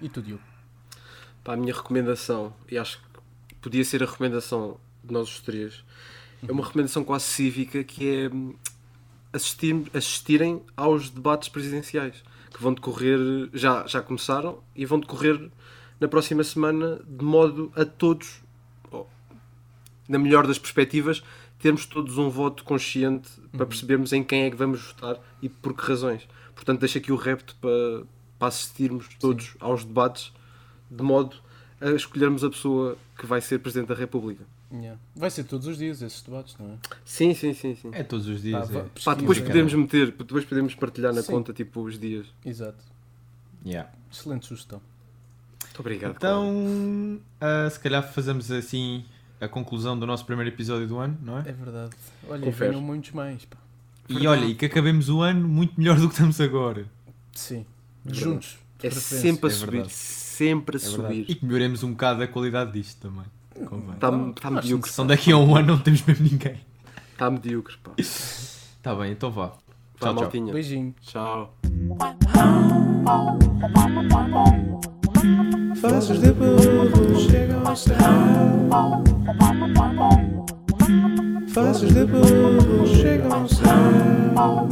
A: E tu, Diogo?
D: Pá, a minha recomendação, e acho que podia ser a recomendação de nós os três, é uma recomendação quase cívica que é hum, assistir, assistirem aos debates presidenciais que vão decorrer, já, já começaram e vão decorrer na próxima semana, de modo a todos, oh, na melhor das perspectivas, termos todos um voto consciente para percebermos em quem é que vamos votar e por que razões. Portanto, deixo aqui o repto para, para assistirmos todos aos debates de modo a escolhermos a pessoa que vai ser Presidente da República.
A: Yeah. Vai ser todos os dias esses debates, não é?
D: Sim, sim, sim. sim.
C: É todos os
A: Pá,
C: dias.
A: vá-
C: é.
D: Pá,
A: pesquisa.
D: depois podemos meter, depois podemos partilhar na
A: Sim.
D: conta tipo os dias.
A: Exato.
C: Yeah.
A: Excelente sugestão.
D: Muito obrigado. Cláudio.
C: Então, ah, se calhar fazemos assim a conclusão do nosso primeiro episódio do ano, não é?
A: É verdade. Olha,
D: Confere.
A: venham muitos mais. Pá.
C: E olha, e que acabemos o ano muito melhor do que estamos agora.
A: Sim. Juntos. de
D: é
A: preferência.
D: sempre a
C: É
D: subir,
C: verdade.
D: sempre a
C: É verdade. Então,
D: subir.
C: E que melhoremos um bocado a qualidade disto também. Convém.
D: Está
A: Acho
D: tá medíocre,
C: Senão daqui a um ano não temos mesmo ninguém.
D: está medíocre, pá.
C: Tá bem, então vá.
D: Vá,
C: Tchau, tchau.
D: maltinha.
A: Beijinho.
D: Tchau.
A: Faços de burro chegam ao céu. Faços de burro chegam ao céu.